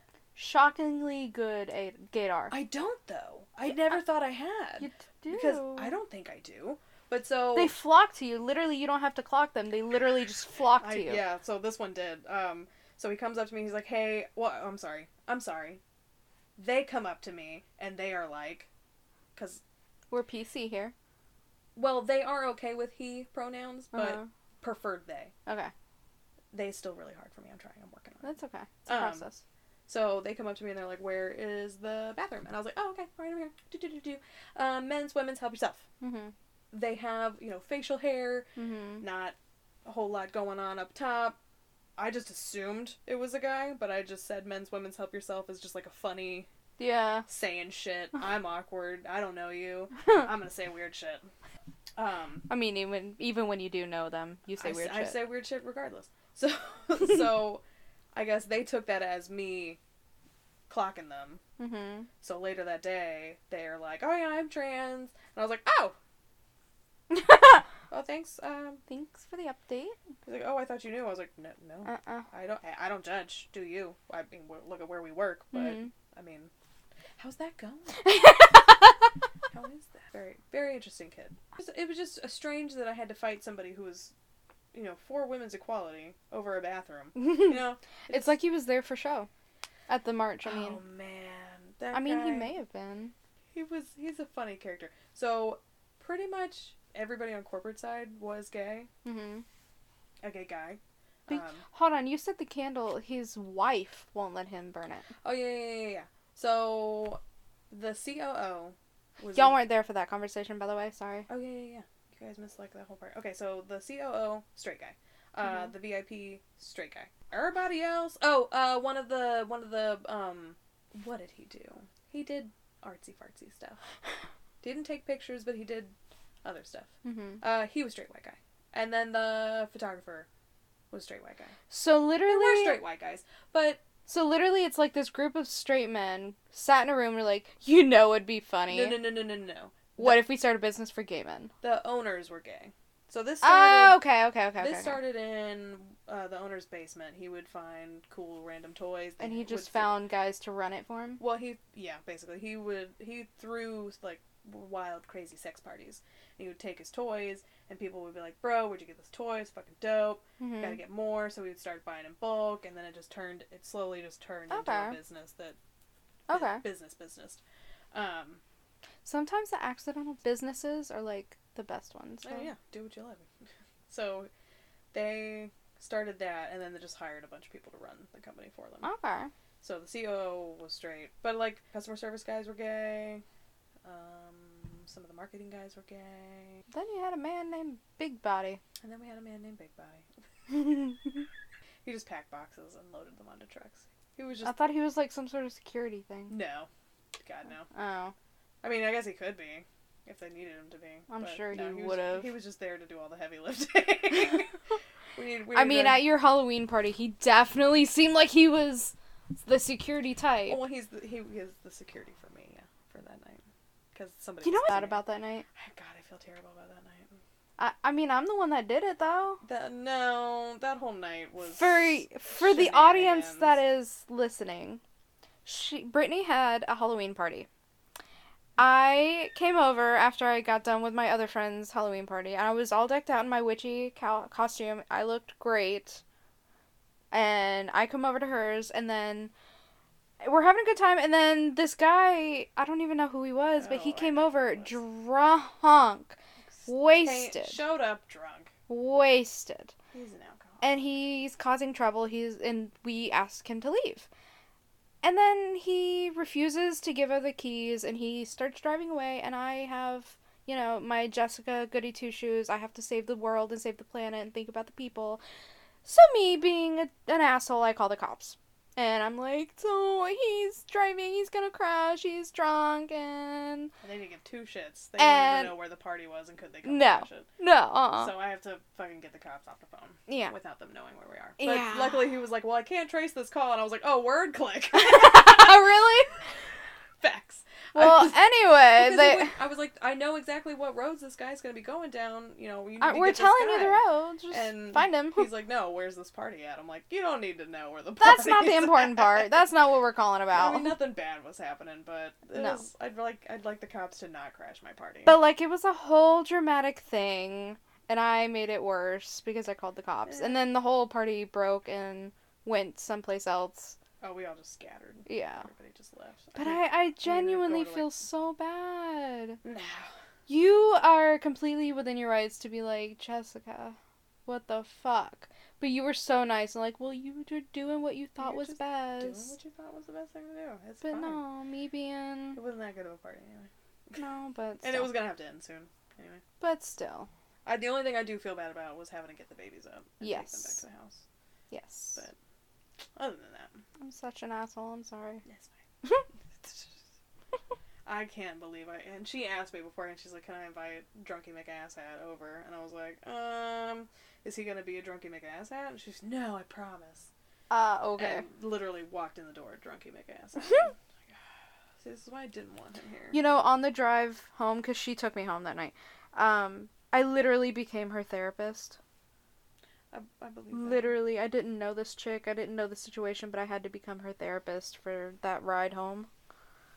[SPEAKER 1] shockingly good a- gaydar.
[SPEAKER 2] I don't though. I never thought I had
[SPEAKER 1] you do
[SPEAKER 2] because I don't think I do. But so
[SPEAKER 1] They flock to you. Literally, you don't have to clock them. They literally just flock
[SPEAKER 2] I,
[SPEAKER 1] to you.
[SPEAKER 2] yeah. So this one did. Um, so he comes up to me. He's like, "Hey, well, I'm sorry. I'm sorry." They come up to me and they are like, because
[SPEAKER 1] We're PC here.
[SPEAKER 2] well, they are okay with he pronouns, but
[SPEAKER 1] Uh-huh.
[SPEAKER 2] preferred they.
[SPEAKER 1] okay,
[SPEAKER 2] they still really hard for me. I'm trying. I'm working on it.
[SPEAKER 1] that's okay. It's a
[SPEAKER 2] Um,
[SPEAKER 1] process.
[SPEAKER 2] So they come up to me and they're like, "Where is the bathroom?" And I was like, "Oh, okay, right over here." Do do do do. Um, men's, women's, help yourself.
[SPEAKER 1] Mm-hmm.
[SPEAKER 2] They have you know facial hair,
[SPEAKER 1] Mm-hmm.
[SPEAKER 2] not a whole lot going on up top. I just assumed it was a guy, but I just said men's, women's, help yourself is just like a funny
[SPEAKER 1] Yeah. [laughs]
[SPEAKER 2] saying [laughs] shit. I'm awkward. I don't know you. I'm gonna say weird shit. Um,
[SPEAKER 1] I mean, even even when you do know them, you say
[SPEAKER 2] I,
[SPEAKER 1] weird
[SPEAKER 2] s- I
[SPEAKER 1] shit.
[SPEAKER 2] say weird shit regardless. So [laughs] so I guess they took that as me clocking them.
[SPEAKER 1] mm-hmm.
[SPEAKER 2] So later that day, they're like, "Oh yeah, I'm trans," and I was like,
[SPEAKER 1] [laughs]
[SPEAKER 2] "Oh, oh thanks." Um,
[SPEAKER 1] Thanks for the update.
[SPEAKER 2] he's like, "Oh, I thought you knew." I was like, "No, no,
[SPEAKER 1] Uh-uh.
[SPEAKER 2] I don't. I, I don't judge. Do you? I mean, w- look at where we work, but
[SPEAKER 1] Mhm.
[SPEAKER 2] I mean, how's that
[SPEAKER 1] [laughs]
[SPEAKER 2] going? How is that? Very, very interesting kid. It was- It was just strange that I had to fight somebody who was you know for women's equality over a bathroom.
[SPEAKER 1] [laughs]
[SPEAKER 2] You know,
[SPEAKER 1] it's like he was there for show at the march. I mean,
[SPEAKER 2] oh man, that
[SPEAKER 1] I mean, he
[SPEAKER 2] guy-
[SPEAKER 1] may have been.
[SPEAKER 2] he was he's a funny character. So pretty much everybody on corporate side was gay,
[SPEAKER 1] hmm
[SPEAKER 2] a gay guy.
[SPEAKER 1] Be-
[SPEAKER 2] Um,
[SPEAKER 1] Hold on, you said the candle. His wife won't let him burn it.
[SPEAKER 2] oh yeah, yeah, yeah, yeah. So the COO was
[SPEAKER 1] Y'all weren't there for that conversation, by the way. Sorry.
[SPEAKER 2] Oh yeah, yeah, yeah. You guys missed like that whole part. Okay, so the COO straight guy,
[SPEAKER 1] Mm-hmm.
[SPEAKER 2] uh, the VIP straight guy. Everybody else. Oh, uh, one of the one of the um, what did he do? He did artsy fartsy stuff. [laughs] Didn't take pictures, but he did other stuff.
[SPEAKER 1] hmm
[SPEAKER 2] Uh, he was straight white guy, and then the photographer was straight white guy.
[SPEAKER 1] So
[SPEAKER 2] They were
[SPEAKER 1] literally,
[SPEAKER 2] straight white guys, but
[SPEAKER 1] so literally, it's like this group of straight men sat in a room. and Were like, you know, it'd be funny.
[SPEAKER 2] no, no, no, no, no, no.
[SPEAKER 1] What if we start a business for gay men?
[SPEAKER 2] The owners were gay, so this started.
[SPEAKER 1] Oh, okay, okay, okay.
[SPEAKER 2] this
[SPEAKER 1] okay, okay.
[SPEAKER 2] started in uh, the owner's basement. He would find cool random toys, that
[SPEAKER 1] And he
[SPEAKER 2] would
[SPEAKER 1] just
[SPEAKER 2] th-
[SPEAKER 1] found guys to run it for him.
[SPEAKER 2] Well, he yeah, basically he would he threw like wild crazy sex parties. He would take his toys, and people would be like, "Bro, where'd you get this toy? It's fucking dope. Gotta
[SPEAKER 1] Mhm.
[SPEAKER 2] get more." So we would start buying in bulk, and then it just turned. It slowly just turned into a
[SPEAKER 1] Okay.
[SPEAKER 2] business that bu-
[SPEAKER 1] Okay.
[SPEAKER 2] [laughs] business business. Um,
[SPEAKER 1] Sometimes the accidental businesses are like the best ones.
[SPEAKER 2] oh
[SPEAKER 1] though.
[SPEAKER 2] yeah, do what you love. [laughs] so they started that, and then they just hired a bunch of people to run the company for them.
[SPEAKER 1] Okay.
[SPEAKER 2] So the COO was straight, but like customer service guys were gay. Um, some of the marketing guys were gay,
[SPEAKER 1] Then you had a man named Big Body. [laughs]
[SPEAKER 2] and then we had a man named Big Body.
[SPEAKER 1] I
[SPEAKER 2] He just packed boxes and loaded them onto trucks. He was just
[SPEAKER 1] thought he was like some sort of security thing.
[SPEAKER 2] no, God no.
[SPEAKER 1] Oh.
[SPEAKER 2] I mean, I guess he could be if they needed him to be.
[SPEAKER 1] I'm
[SPEAKER 2] but
[SPEAKER 1] sure
[SPEAKER 2] no,
[SPEAKER 1] he
[SPEAKER 2] was-
[SPEAKER 1] would've.
[SPEAKER 2] He was just there to do all the heavy [laughs] lifting. we need. We
[SPEAKER 1] I
[SPEAKER 2] need
[SPEAKER 1] mean,
[SPEAKER 2] a-
[SPEAKER 1] at your Halloween party, he definitely seemed like he was the security type.
[SPEAKER 2] Oh, well, he's the, he is the security for me. Yeah, for that night. Because somebody.
[SPEAKER 1] you know
[SPEAKER 2] was
[SPEAKER 1] what I thought
[SPEAKER 2] there.
[SPEAKER 1] about that night?
[SPEAKER 2] God, I feel terrible about that night.
[SPEAKER 1] I, I mean, I'm the one that did it though.
[SPEAKER 2] That no, that whole night was
[SPEAKER 1] for for the audience that is listening, she Brittany had a Halloween party. I came over after I got done with my other friend's Halloween party, and I was all decked out in my witchy cow- costume. I looked great, and I come over to hers, and then we're having a good time. And then this guy—I don't even know who he was, but he
[SPEAKER 2] Oh, I
[SPEAKER 1] came
[SPEAKER 2] know who
[SPEAKER 1] over
[SPEAKER 2] it
[SPEAKER 1] drunk, wasted,
[SPEAKER 2] showed up drunk.
[SPEAKER 1] wasted
[SPEAKER 2] He's an alcoholic.
[SPEAKER 1] and he's causing trouble. He's and we ask him to leave. And then he refuses to give her the keys and he starts driving away and I have, you know, my Jessica goody two shoes. I have to save the world and save the planet and think about the people. So me being a, an asshole, I call the cops. And I'm like, "So he's driving, he's going to crash, he's drunk and
[SPEAKER 2] And they didn't give two shits. They didn't even
[SPEAKER 1] And-
[SPEAKER 2] know where the party was and could they come
[SPEAKER 1] No.
[SPEAKER 2] finish it.
[SPEAKER 1] no, uh-uh.
[SPEAKER 2] So I have to fucking get the cops off the phone [laughs]
[SPEAKER 1] yeah.
[SPEAKER 2] without them knowing where we are. But
[SPEAKER 1] Yeah.
[SPEAKER 2] luckily he was like, "Well, I can't trace this call," and I was like, "Oh, word click, [laughs]
[SPEAKER 1] [laughs] really?
[SPEAKER 2] facts." I
[SPEAKER 1] Well,
[SPEAKER 2] was-
[SPEAKER 1] anyway,
[SPEAKER 2] because
[SPEAKER 1] they
[SPEAKER 2] he went- I was like, "I know exactly what roads this guy's going to be going down." You know, you need
[SPEAKER 1] Uh,
[SPEAKER 2] to
[SPEAKER 1] we're
[SPEAKER 2] get this
[SPEAKER 1] telling you
[SPEAKER 2] guy.
[SPEAKER 1] the road. Just
[SPEAKER 2] And
[SPEAKER 1] find him.
[SPEAKER 2] He's like, "No, where's this party at?" I'm like, "You don't need to know where the party."
[SPEAKER 1] That's not the important part. That's not what we're
[SPEAKER 2] [laughs]
[SPEAKER 1] calling
[SPEAKER 2] I
[SPEAKER 1] about.
[SPEAKER 2] mean, nothing bad was happening, but it
[SPEAKER 1] No.
[SPEAKER 2] was, I'd like I'd like the cops to not crash my party.
[SPEAKER 1] But like, it was a whole dramatic thing, and I made it worse because I called the cops, and then the whole party broke and went someplace else.
[SPEAKER 2] oh, we all just scattered.
[SPEAKER 1] Yeah.
[SPEAKER 2] Everybody just left.
[SPEAKER 1] But I, I genuinely
[SPEAKER 2] to, like-
[SPEAKER 1] feel so bad.
[SPEAKER 2] no.
[SPEAKER 1] You are completely within your rights to be like, Jessica, what the fuck? But you were so nice and like, well, you were doing what you thought
[SPEAKER 2] You're
[SPEAKER 1] was
[SPEAKER 2] just Doing
[SPEAKER 1] best.
[SPEAKER 2] what you thought was the best thing to do. It's
[SPEAKER 1] But
[SPEAKER 2] fine.
[SPEAKER 1] no, me being
[SPEAKER 2] It wasn't that good of a party anyway.
[SPEAKER 1] no, but
[SPEAKER 2] And it
[SPEAKER 1] still.
[SPEAKER 2] was gonna have to end soon anyway.
[SPEAKER 1] but still,
[SPEAKER 2] I, the only thing I do feel bad about was having to get the babies up. And Take them back
[SPEAKER 1] Yes.
[SPEAKER 2] to the house.
[SPEAKER 1] yes.
[SPEAKER 2] But- Other than that,
[SPEAKER 1] I'm such an asshole. I'm sorry.
[SPEAKER 2] that's
[SPEAKER 1] [laughs]
[SPEAKER 2] fine. I can't believe I. And she asked me before, and she's like, "Can I invite Drunky McAsshat over?" And I was like, "Um, is he gonna be a Drunky McAsshat?" And she's, "No, I promise." Ah,
[SPEAKER 1] Uh, okay.
[SPEAKER 2] and literally walked in the door drunk. He make ass. out.
[SPEAKER 1] [laughs]
[SPEAKER 2] See, this is why I didn't want him here.
[SPEAKER 1] You know, on the drive home, because she took me home that night, um, I literally became her therapist.
[SPEAKER 2] I, I believe. that.
[SPEAKER 1] Literally, I didn't know this chick. I didn't know the situation, but I had to become her therapist for that ride home.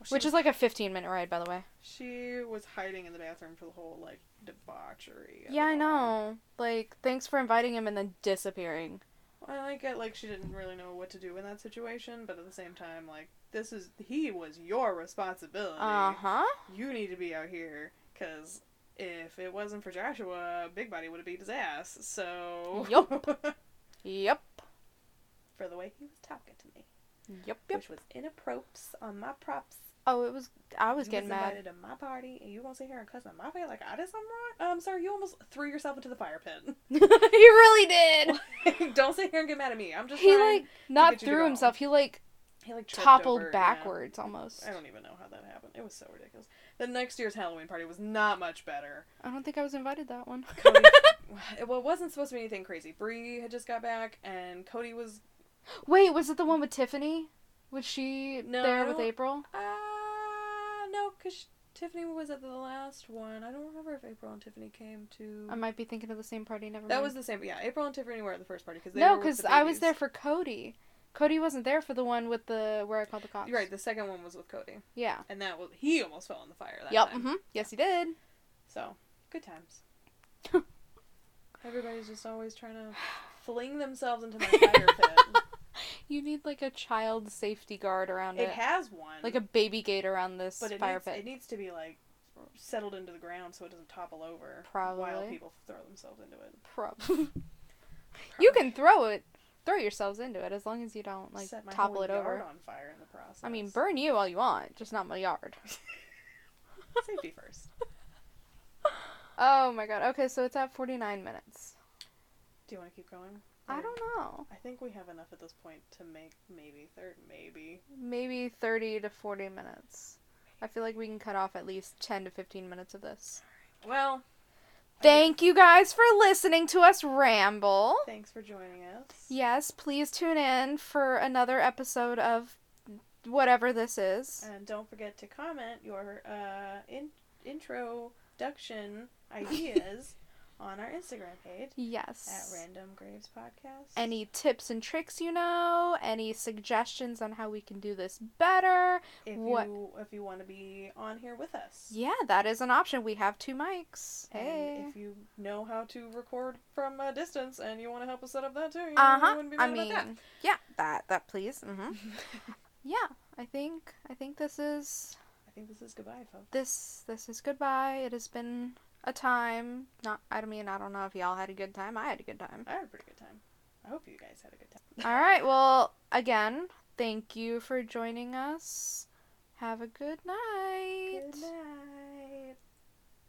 [SPEAKER 2] She
[SPEAKER 1] Which
[SPEAKER 2] was-
[SPEAKER 1] is like a 15 minute ride, by the way.
[SPEAKER 2] she was hiding in the bathroom for the whole like debauchery. of
[SPEAKER 1] Yeah,
[SPEAKER 2] it
[SPEAKER 1] I
[SPEAKER 2] all.
[SPEAKER 1] know. Like, thanks for inviting him and then disappearing.
[SPEAKER 2] Well, I get like she didn't really know what to do in that situation, but at the same time, like this is he was your responsibility.
[SPEAKER 1] Uh huh.
[SPEAKER 2] You need to be out here because if it wasn't for Joshua, Big Body would have beat his ass. So
[SPEAKER 1] Yup. Yep.
[SPEAKER 2] [laughs] for the way he was talking to me,
[SPEAKER 1] Yep. Yep.
[SPEAKER 2] which was inappropriate on my props.
[SPEAKER 1] Oh, it was. I was
[SPEAKER 2] You
[SPEAKER 1] getting mad.
[SPEAKER 2] invited to my party, and you gonna sit here and cuss on my face like I did something wrong? Um, sir, you almost threw yourself into the fire pit. [laughs]
[SPEAKER 1] [laughs] he really did.
[SPEAKER 2] Don't sit here and get mad at me. I'm just
[SPEAKER 1] He
[SPEAKER 2] trying-
[SPEAKER 1] like not
[SPEAKER 2] get you to
[SPEAKER 1] threw
[SPEAKER 2] go.
[SPEAKER 1] himself. He like
[SPEAKER 2] he like tripped
[SPEAKER 1] toppled
[SPEAKER 2] over, yeah.
[SPEAKER 1] backwards almost.
[SPEAKER 2] I don't even know how that happened. It was so ridiculous. The next year's Halloween party was not much
[SPEAKER 1] [laughs]
[SPEAKER 2] better.
[SPEAKER 1] I don't think I was invited that one. [laughs]
[SPEAKER 2] Cody, well, it wasn't supposed to be anything crazy. Bree had just got back, and Cody was.
[SPEAKER 1] Wait, was it the one with Tiffany? Was she
[SPEAKER 2] No, I
[SPEAKER 1] there with
[SPEAKER 2] don't-
[SPEAKER 1] April?
[SPEAKER 2] Uh, no, because Tiffany was at the last one. I don't remember if April and Tiffany came to.
[SPEAKER 1] I might be thinking of the same party. Never
[SPEAKER 2] that
[SPEAKER 1] mind.
[SPEAKER 2] was the same. Yeah, April and Tiffany were at the first party because
[SPEAKER 1] no, because I was there for Cody. Cody wasn't there for the one with the where I called the cops.
[SPEAKER 2] You're right. The second one was with Cody,
[SPEAKER 1] Yeah.
[SPEAKER 2] and that was he almost fell in the fire. That
[SPEAKER 1] Yep.
[SPEAKER 2] time.
[SPEAKER 1] hmm Yes, he did.
[SPEAKER 2] So good
[SPEAKER 1] [laughs]
[SPEAKER 2] times. Everybody's just always trying to fling themselves into my fire
[SPEAKER 1] [laughs]
[SPEAKER 2] pit.
[SPEAKER 1] You need like a child safety guard around it,
[SPEAKER 2] It has one.
[SPEAKER 1] like a baby gate around this
[SPEAKER 2] but it
[SPEAKER 1] fire
[SPEAKER 2] needs,
[SPEAKER 1] pit.
[SPEAKER 2] It needs to be like settled into the ground so it doesn't topple over. While
[SPEAKER 1] Probably.
[SPEAKER 2] people throw themselves into it.
[SPEAKER 1] Prob- [laughs] you can throw it, throw yourselves into it as long as you don't like
[SPEAKER 2] Set my
[SPEAKER 1] topple
[SPEAKER 2] whole
[SPEAKER 1] it
[SPEAKER 2] yard
[SPEAKER 1] over.
[SPEAKER 2] on fire in the process.
[SPEAKER 1] I mean, burn you all you want, just not my yard.
[SPEAKER 2] [laughs]
[SPEAKER 1] [laughs]
[SPEAKER 2] safety first.
[SPEAKER 1] oh my god. Okay, so it's at 49 minutes.
[SPEAKER 2] Do you want to keep going?
[SPEAKER 1] I
[SPEAKER 2] Or-
[SPEAKER 1] don't know.
[SPEAKER 2] I think we have enough at this point to make maybe third, maybe.
[SPEAKER 1] Maybe 30 to 40 minutes. I feel like we can cut off at least 10 to 15 minutes of this.
[SPEAKER 2] Well,
[SPEAKER 1] Thank you guys for listening to us ramble.
[SPEAKER 2] thanks for joining us.
[SPEAKER 1] Yes, please tune in for another episode of whatever this is.
[SPEAKER 2] And don't forget to comment your uh, in- introduction ideas
[SPEAKER 1] [laughs]
[SPEAKER 2] on our Instagram page at
[SPEAKER 1] Yes.
[SPEAKER 2] Random Graves Podcast.
[SPEAKER 1] Any tips and tricks you know? Any suggestions on how we can do this better?
[SPEAKER 2] if
[SPEAKER 1] what-
[SPEAKER 2] you if you want to be on here with us.
[SPEAKER 1] Yeah, that is an option. We have two mics. Hey.
[SPEAKER 2] And if you know how to record from a distance and you want to help us set up that too, you
[SPEAKER 1] Uh huh.
[SPEAKER 2] wouldn't be mad
[SPEAKER 1] I mean,
[SPEAKER 2] about that.
[SPEAKER 1] yeah, that that please. hmm yeah, I think I think this is
[SPEAKER 2] [laughs] I think this is goodbye, folks.
[SPEAKER 1] this this is goodbye. It has been a time. Not I mean I don't know if y'all had a good time. I had a
[SPEAKER 2] [laughs]
[SPEAKER 1] good time.
[SPEAKER 2] I had a pretty good time. I hope you guys had a good time.
[SPEAKER 1] All right. Well, again, thank you for joining us. Have a good night.
[SPEAKER 2] Good night.